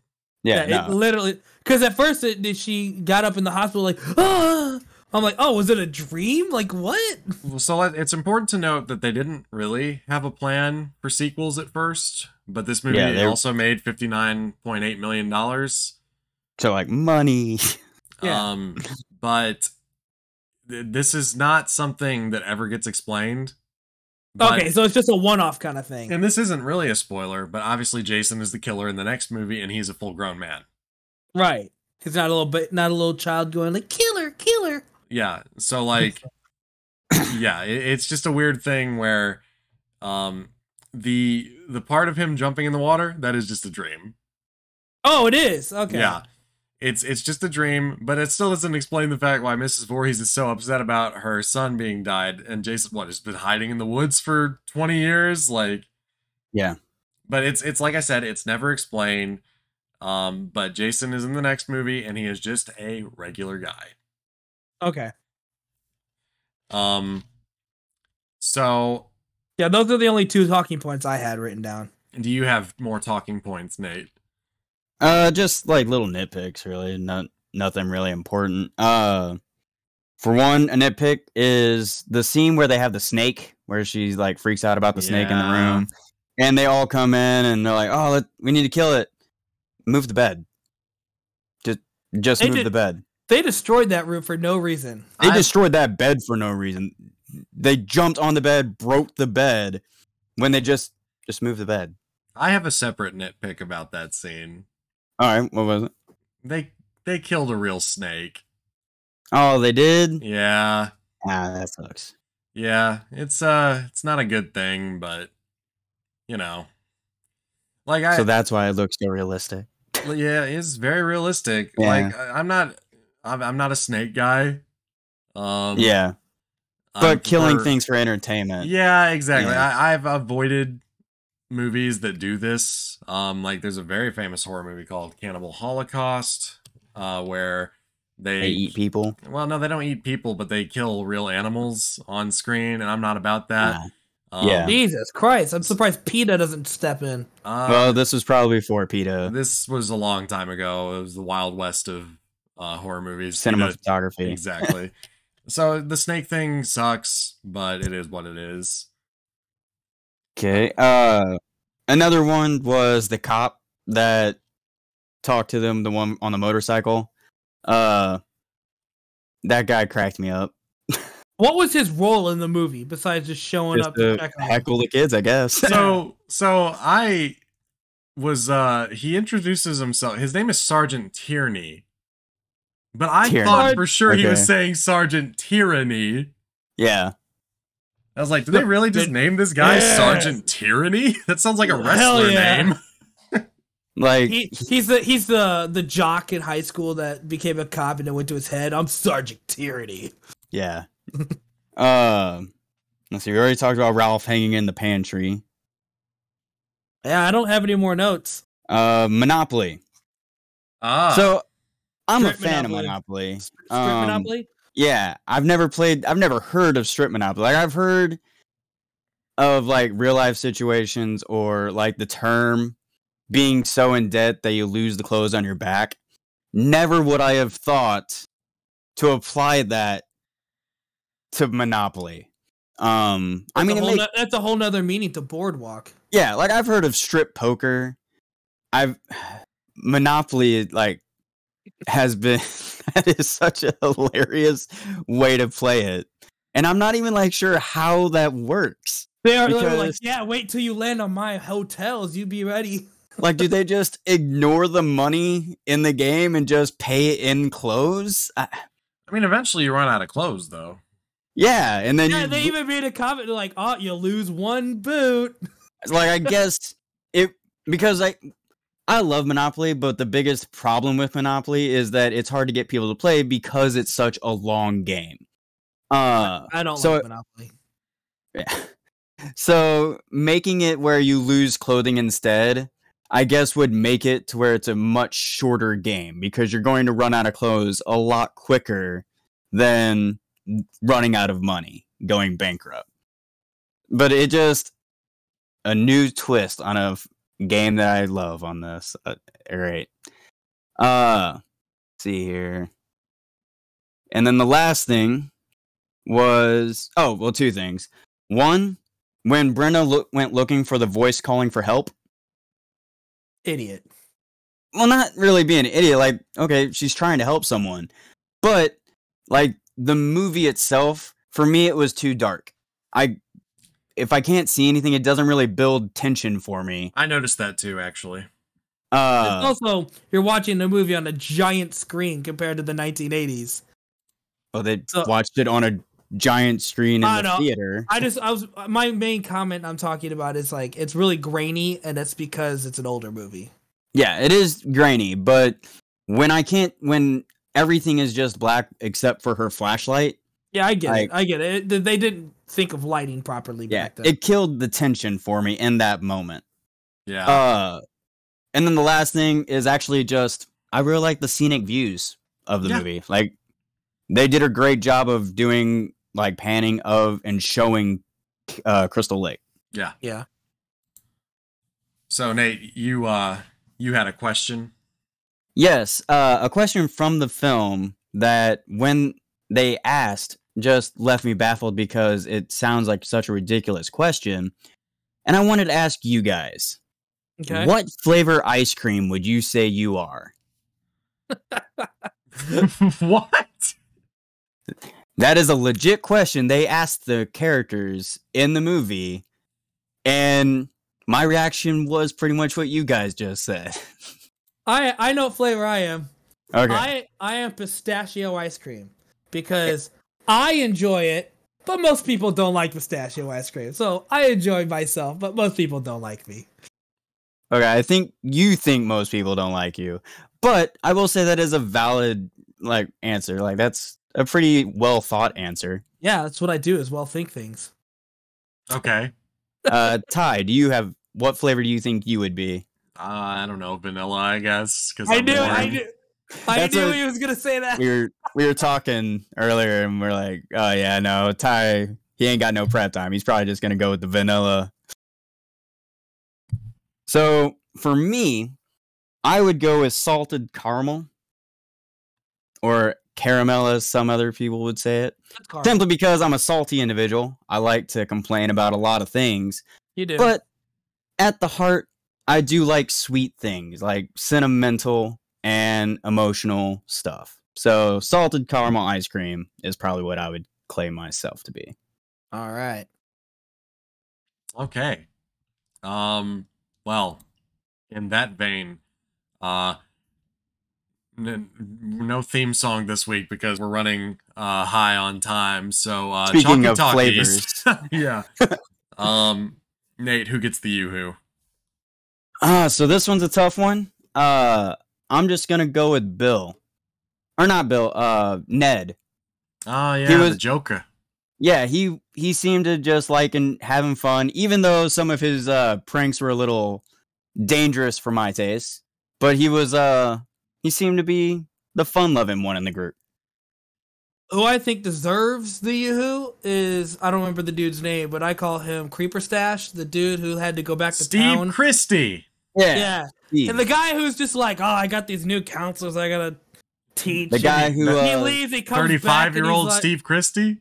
Speaker 2: Yeah,
Speaker 3: yeah, it
Speaker 2: no.
Speaker 3: literally because at first it, did she got up in the hospital like, ah! I'm like, oh, was it a dream? Like what?
Speaker 1: so let- it's important to note that they didn't really have a plan for sequels at first, but this movie
Speaker 2: Yeah, they-
Speaker 1: also made fifty nine point eight million dollars.
Speaker 2: so like money.
Speaker 3: Yeah.
Speaker 1: Um, but th- this is not something that ever gets explained. But-
Speaker 3: okay, so it's just a one-off kind of thing.
Speaker 1: and this isn't really a spoiler, but obviously Jason is the killer in the next movie, and he's a full grown man.
Speaker 3: Right. He's not a little bit, not a little child going like killer, killer.
Speaker 1: yeah so like yeah it, it's just a weird thing where um the the part of him jumping in the water that is just a dream
Speaker 3: Oh, it is. Okay.
Speaker 1: yeah it's it's just a dream but it still doesn't explain the fact why mrs Voorhees is so upset about her son being died and jason what has been hiding in the woods for 20 years like
Speaker 2: Yeah.
Speaker 1: but it's it's like i said it's never explained um but jason is in the next movie and he is just a regular guy
Speaker 3: Okay.
Speaker 1: Um, so
Speaker 3: Yeah, those are the only two talking points I had written down.
Speaker 1: do you have more talking points, Nate?
Speaker 2: Uh, just like little nitpicks, really. Not nothing really important. Uh, for one, a nitpick is the scene where they have the snake, where she's like freaks out about the snake in the
Speaker 1: Yeah.
Speaker 2: room, and they all come in and they're like, "Oh, let, we need to kill it. Move the bed. Just, just
Speaker 3: They
Speaker 2: move
Speaker 3: did-
Speaker 2: the bed.
Speaker 3: They destroyed that room for no reason.
Speaker 2: They
Speaker 1: I-
Speaker 2: destroyed that bed for no reason. They jumped on the bed, broke the bed, when they just just moved the bed.
Speaker 1: I have a separate nitpick about that scene.
Speaker 2: All right, what was it?
Speaker 1: They they killed a real snake.
Speaker 2: Oh, they did.
Speaker 1: Yeah.
Speaker 2: Ah, that sucks.
Speaker 1: Yeah, it's uh it's not a good thing, but you know. Like I
Speaker 2: so that's why it looks so realistic.
Speaker 1: yeah, it's very realistic.
Speaker 2: Yeah.
Speaker 1: Like I, I'm not I'm, I'm not a snake guy. Um
Speaker 2: yeah,
Speaker 1: I'm
Speaker 2: but killing
Speaker 1: for-
Speaker 2: things for entertainment.
Speaker 1: Yeah, exactly.
Speaker 2: Yeah.
Speaker 1: I, I've avoided movies that do this. Um, like there's a very famous horror movie called Cannibal Holocaust, uh, where they,
Speaker 2: They eat people.
Speaker 1: Well, no, they don't eat people, but they kill real animals on screen, and I'm not about that. Um,
Speaker 2: Yeah.
Speaker 3: Jesus Christ. I'm surprised PETA doesn't step in.
Speaker 1: uh,
Speaker 2: well, this was probably for PETA
Speaker 1: this was a long time ago. It was the Wild West of uh, horror movies.
Speaker 2: cinema
Speaker 1: Peter-
Speaker 2: photography.
Speaker 1: Exactly. so the snake thing sucks, but it is what it is.
Speaker 2: Okay. Uh, another one was the cop that talked to them, the one on the motorcycle. Uh, that guy cracked me up.
Speaker 3: What was his role in the movie besides just showing
Speaker 2: Just
Speaker 3: up to
Speaker 2: to
Speaker 3: check on him?
Speaker 2: heckle the kids, I guess.
Speaker 1: so so i was uh he introduces himself his name is sergeant tierney but i
Speaker 2: Tierney.
Speaker 1: thought for sure he was
Speaker 2: Okay.
Speaker 1: saying sergeant tyranny
Speaker 2: yeah.
Speaker 1: i was like did they really just name this guy
Speaker 3: Yeah.
Speaker 1: sergeant tyranny that sounds like a
Speaker 3: Hell
Speaker 1: wrestler
Speaker 3: yeah.
Speaker 1: name
Speaker 2: Like,
Speaker 3: He, he's the he's the the jock in high school that became a cop and it went to his head. I'm Sergeant Tyranny.
Speaker 2: yeah. uh, let's see. We already talked about Ralph hanging in the pantry.
Speaker 3: Yeah, I don't have any more notes.
Speaker 2: Uh, Monopoly.
Speaker 1: ah
Speaker 2: So I'm a
Speaker 3: Strip
Speaker 2: fan of
Speaker 3: Monopoly.
Speaker 2: Monopoly.
Speaker 3: Strip
Speaker 2: Um,
Speaker 3: Monopoly?
Speaker 2: Yeah, I've never played. I've never heard of strip Monopoly. Like I've heard of like real life situations or like the term being so in debt that you lose the clothes on your back. Never would I have thought to apply that to Monopoly. Um, I
Speaker 3: That's
Speaker 2: mean, it
Speaker 3: a whole
Speaker 2: makes
Speaker 3: no- that's a whole nother meaning to boardwalk.
Speaker 2: yeah, like I've heard of strip poker. I've Monopoly like has been that is such a hilarious way to play it. And I'm not even like sure how that works.
Speaker 3: They are they were like,
Speaker 2: Because-
Speaker 3: yeah, wait till you land on my hotels, you be ready.
Speaker 2: Like do they just ignore the money in the game and just pay it in clothes? I,
Speaker 1: i mean eventually you run out of clothes though
Speaker 2: yeah, and then
Speaker 3: Yeah,
Speaker 2: you
Speaker 3: they
Speaker 2: lo-
Speaker 3: even made a comment they're like, oh, you lose one boot.
Speaker 2: like I guess it because I I love Monopoly, but the biggest problem with Monopoly is that it's hard to get people to play because it's such a long game. Uh
Speaker 3: I don't
Speaker 2: So-
Speaker 3: like Monopoly.
Speaker 2: so making it where you lose clothing instead, I guess would make it to where it's a much shorter game because you're going to run out of clothes a lot quicker than running out of money, going bankrupt. But it just a new twist on a f- game that I love on this. Uh, all right. Uh see here. And then the last thing was oh, well two things. One, when Brenda loo- went looking for the voice calling for help,
Speaker 3: Idiot.
Speaker 2: well, not really being an idiot. Like, okay, she's trying to help someone, but like the movie itself, for me, it was too dark. I, if I can't see anything, it doesn't really build tension for me.
Speaker 1: i noticed that too actually
Speaker 2: Uh,
Speaker 3: It's also, you're watching a movie on a giant screen compared to the 1980s.
Speaker 2: oh, they
Speaker 3: so-
Speaker 2: watched it on a giant screen in the
Speaker 3: I know.
Speaker 2: theater.
Speaker 3: I just, I was, my main comment I'm talking about is like, it's really grainy, and that's because it's an older movie.
Speaker 2: Yeah, it is grainy, but when I can't, when everything is just black except for her flashlight,
Speaker 3: Yeah, I get
Speaker 2: Like-
Speaker 3: it. I get it. It- They didn't think of lighting properly
Speaker 2: yeah,
Speaker 3: back then.
Speaker 2: it killed the tension for me in that moment.
Speaker 1: yeah
Speaker 2: Uh, and then the last thing is actually just I really like the scenic views of the
Speaker 1: Yeah.
Speaker 2: movie. Like They did a great job of doing like panning of and showing uh, Crystal Lake.
Speaker 1: Yeah.
Speaker 3: Yeah.
Speaker 1: So Nate, you uh you had a question.
Speaker 2: Yes, uh, a question from the film that when they asked just left me baffled because it sounds like such a ridiculous question. And I wanted to ask you guys,
Speaker 3: Okay.
Speaker 2: what flavor ice cream would you say you are?
Speaker 1: what?
Speaker 2: That is a legit question they asked the characters in the movie. And my reaction was pretty much what you guys just said.
Speaker 3: I I know what flavor I am.
Speaker 2: okay.
Speaker 3: I I am pistachio ice cream because I enjoy it, but most people don't like pistachio ice cream. So I enjoy myself, but most people don't like me.
Speaker 2: Okay, I think you think most people don't like you, but I will say that is a valid like answer. Like that's a pretty well thought answer.
Speaker 3: Yeah, that's what I do is well think things.
Speaker 1: Okay.
Speaker 2: Uh, Ty, do you have what flavor do you think you would be?
Speaker 1: Uh, I don't know, vanilla, I guess. Because
Speaker 3: I knew, I knew, I
Speaker 2: That's
Speaker 3: knew
Speaker 2: a-
Speaker 3: he was gonna say that.
Speaker 2: We were we were talking earlier, and we're like, oh yeah, no, Ty, he ain't got no prep time. He's probably just gonna go with the vanilla. So for me, I would go with salted caramel, or caramel, as some other people would say it.
Speaker 3: That's Carl.
Speaker 2: simply because I'm a salty individual. I like to complain about a lot of things,
Speaker 3: You do.
Speaker 2: but at the heart, I do like sweet things, like sentimental and emotional stuff. So, salted caramel ice cream is probably what I would claim myself to be.
Speaker 3: all right.
Speaker 1: Okay. Um. Well, in that vein, uh, n- no theme song this week because we're running uh high on time. So uh,
Speaker 2: Speaking
Speaker 1: Chalky
Speaker 2: of
Speaker 1: Talkies. yeah. um, Nate, who gets the yoo-hoo?
Speaker 2: Ah, so this one's a tough one. Uh, I'm just gonna go with Bill, or not Bill. Uh, Ned.
Speaker 1: Oh yeah, the
Speaker 2: was-
Speaker 1: Joker.
Speaker 2: Yeah, he he seemed to just like and having fun, even though some of his uh pranks were a little dangerous for my taste. But he was uh he seemed to be the fun loving one in the group.
Speaker 3: Who I think deserves the yoo-hoo is I don't remember the dude's name, but I call him Creeper Stash, the dude who had to go back to
Speaker 1: Steve
Speaker 3: town.
Speaker 1: Christie.
Speaker 2: Yeah,
Speaker 3: yeah.
Speaker 2: Steve.
Speaker 3: And the guy who's just like, oh, I got these new counselors, I gotta teach.
Speaker 2: The guy who
Speaker 1: He
Speaker 3: he
Speaker 2: uh,
Speaker 3: leaves, he comes back. and he's
Speaker 1: Thirty-five-year-old
Speaker 3: like-
Speaker 1: Steve Christie.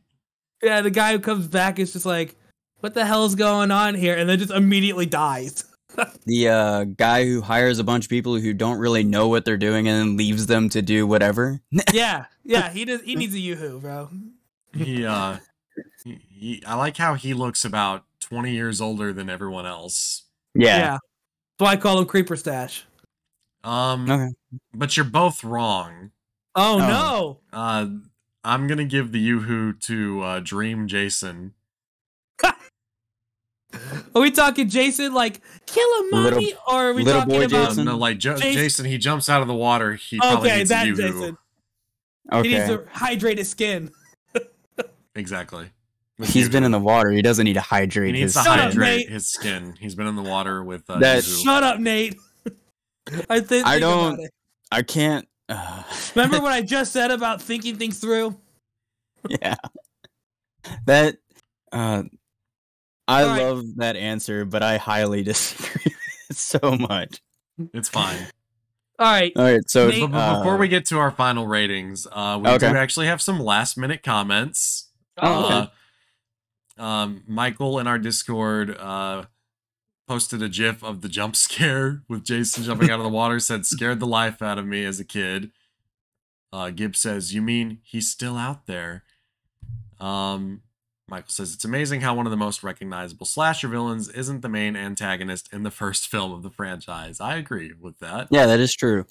Speaker 3: Yeah, the guy who comes back is just like, what the hell's going on here? And then just immediately dies.
Speaker 2: the uh, guy who hires a bunch of people who don't really know what they're doing and then leaves them to do whatever.
Speaker 3: yeah, yeah, he does. He needs a yoo-hoo, bro.
Speaker 1: He. Uh, he, he, I like how he looks about twenty years older than everyone else.
Speaker 2: Yeah.
Speaker 3: So I call him Creeper Stash.
Speaker 1: Um,
Speaker 2: Okay.
Speaker 1: but you're both wrong.
Speaker 3: Oh,
Speaker 2: Oh.
Speaker 3: no.
Speaker 1: Uh, I'm gonna give the yoo-hoo to uh, Dream Jason.
Speaker 3: Are we talking Jason like kill him,
Speaker 2: Little-
Speaker 3: mommy, or are we
Speaker 2: little
Speaker 3: talking
Speaker 2: boy
Speaker 3: about?
Speaker 1: Uh,
Speaker 2: Jason?
Speaker 1: no, like jo-
Speaker 3: Jason-
Speaker 1: Jason. he jumps out of the water. He probably
Speaker 3: Okay,
Speaker 1: needs a
Speaker 3: that
Speaker 1: yoo-hoo.
Speaker 3: Jason. He needs
Speaker 2: Okay.
Speaker 3: to hydrate his skin.
Speaker 1: Exactly.
Speaker 2: He's been in the water. He doesn't need to
Speaker 1: He
Speaker 2: hydrate
Speaker 1: needs
Speaker 2: his
Speaker 1: to
Speaker 3: Shut up,
Speaker 1: hydrate
Speaker 3: Nate.
Speaker 1: his skin. He's been in the water with uh,
Speaker 2: That-
Speaker 1: yoo-hoo.
Speaker 3: Shut up, Nate.
Speaker 2: I
Speaker 3: I think. think about
Speaker 2: don't-
Speaker 3: it.
Speaker 2: I can't. Uh,
Speaker 3: Remember what I just said about thinking things through?
Speaker 2: yeah that uh i
Speaker 3: All right.
Speaker 2: love that answer but i highly disagree with it so much
Speaker 1: It's fine.
Speaker 3: All right.
Speaker 2: all right so
Speaker 3: Nate-
Speaker 1: But b- before
Speaker 2: uh,
Speaker 1: we get to our final ratings, uh, we
Speaker 2: Okay.
Speaker 1: do actually have some last minute comments.
Speaker 2: Oh, okay.
Speaker 1: Uh, um, Michael in our Discord uh, posted a GIF of the jump scare with Jason jumping out of the water. Said scared the life out of me as a kid. Uh, Gibbs says, "You mean he's still out there?" Um, Michael says, "It's amazing how one of the most recognizable slasher villains isn't the main antagonist in the first film of the franchise." I agree with that.
Speaker 2: yeah that is true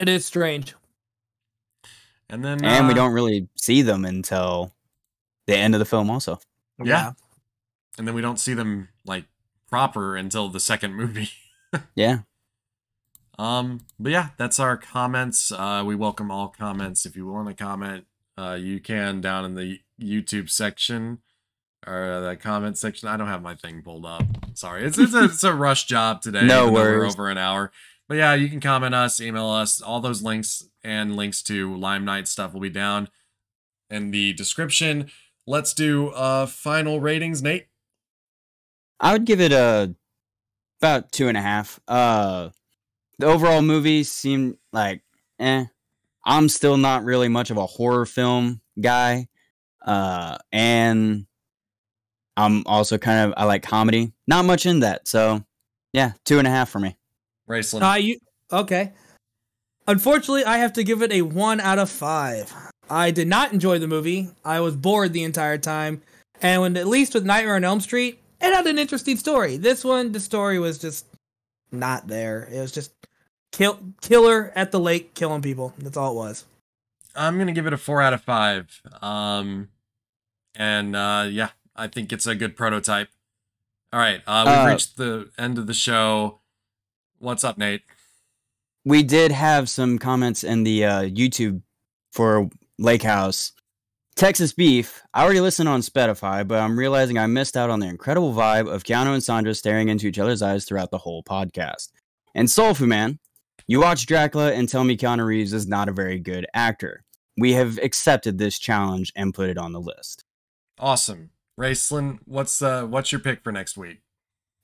Speaker 3: It is strange.
Speaker 1: And then
Speaker 2: and we
Speaker 1: uh,
Speaker 2: don't really see them until the end of the film also
Speaker 1: Yeah. and then we don't see them like proper until the second movie.
Speaker 2: yeah
Speaker 1: Um, but yeah, that's our comments. Uh, we welcome all comments. If you want to comment, uh, you can down in the YouTube section or the comment section. I don't have my thing pulled up. Sorry, it's it's a, it's a rush job today.
Speaker 2: No
Speaker 1: even though We're
Speaker 2: worries.
Speaker 1: over an hour. But yeah, you can comment us, email us. All those links and links to Lime Night stuff will be down. in the description. Let's do uh final ratings, Nate.
Speaker 2: I would give it a about two and a half. Uh, the overall movie seemed like eh. I'm still not really much of a horror film guy, uh, and I'm also kind of I like comedy. Not much in that, so yeah, two and a half for me.
Speaker 1: Raceland.
Speaker 3: Uh, you okay? Unfortunately, I have to give it a one out of five. I did not enjoy the movie. I was bored the entire time, and when at least with Nightmare on Elm Street, it had an interesting story. This one, the story was just not there. It was just kill killer at the lake killing people. That's all it was.
Speaker 1: I'm gonna give it a four out of five. Um, and uh, yeah, I think it's a good prototype. All right, uh, we've
Speaker 2: Uh,
Speaker 1: reached the end of the show. What's up, Nate?
Speaker 2: we did have some comments in the uh, YouTube for Lake House. Texas Beef. I already listened on Spotify, but I'm realizing I missed out on the incredible vibe of Keanu and Sandra staring into each other's eyes throughout the whole podcast. And Soulfu Man, you watch Dracula and tell me Keanu Reeves is not a very good actor. We have accepted this challenge and put it on the list.
Speaker 1: Awesome, Raceland. What's uh, what's your pick for next week?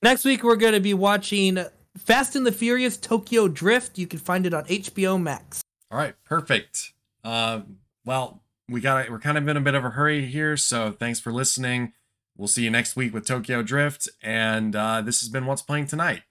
Speaker 3: Next week we're going to be watching Fast and the Furious Tokyo Drift. You can find it on HBO Max.
Speaker 1: All right, perfect. Uh, well, we got we're kind of in a bit of a hurry here, so thanks for listening. We'll see you next week with Tokyo Drift, and uh, this has been What's Playing Tonight.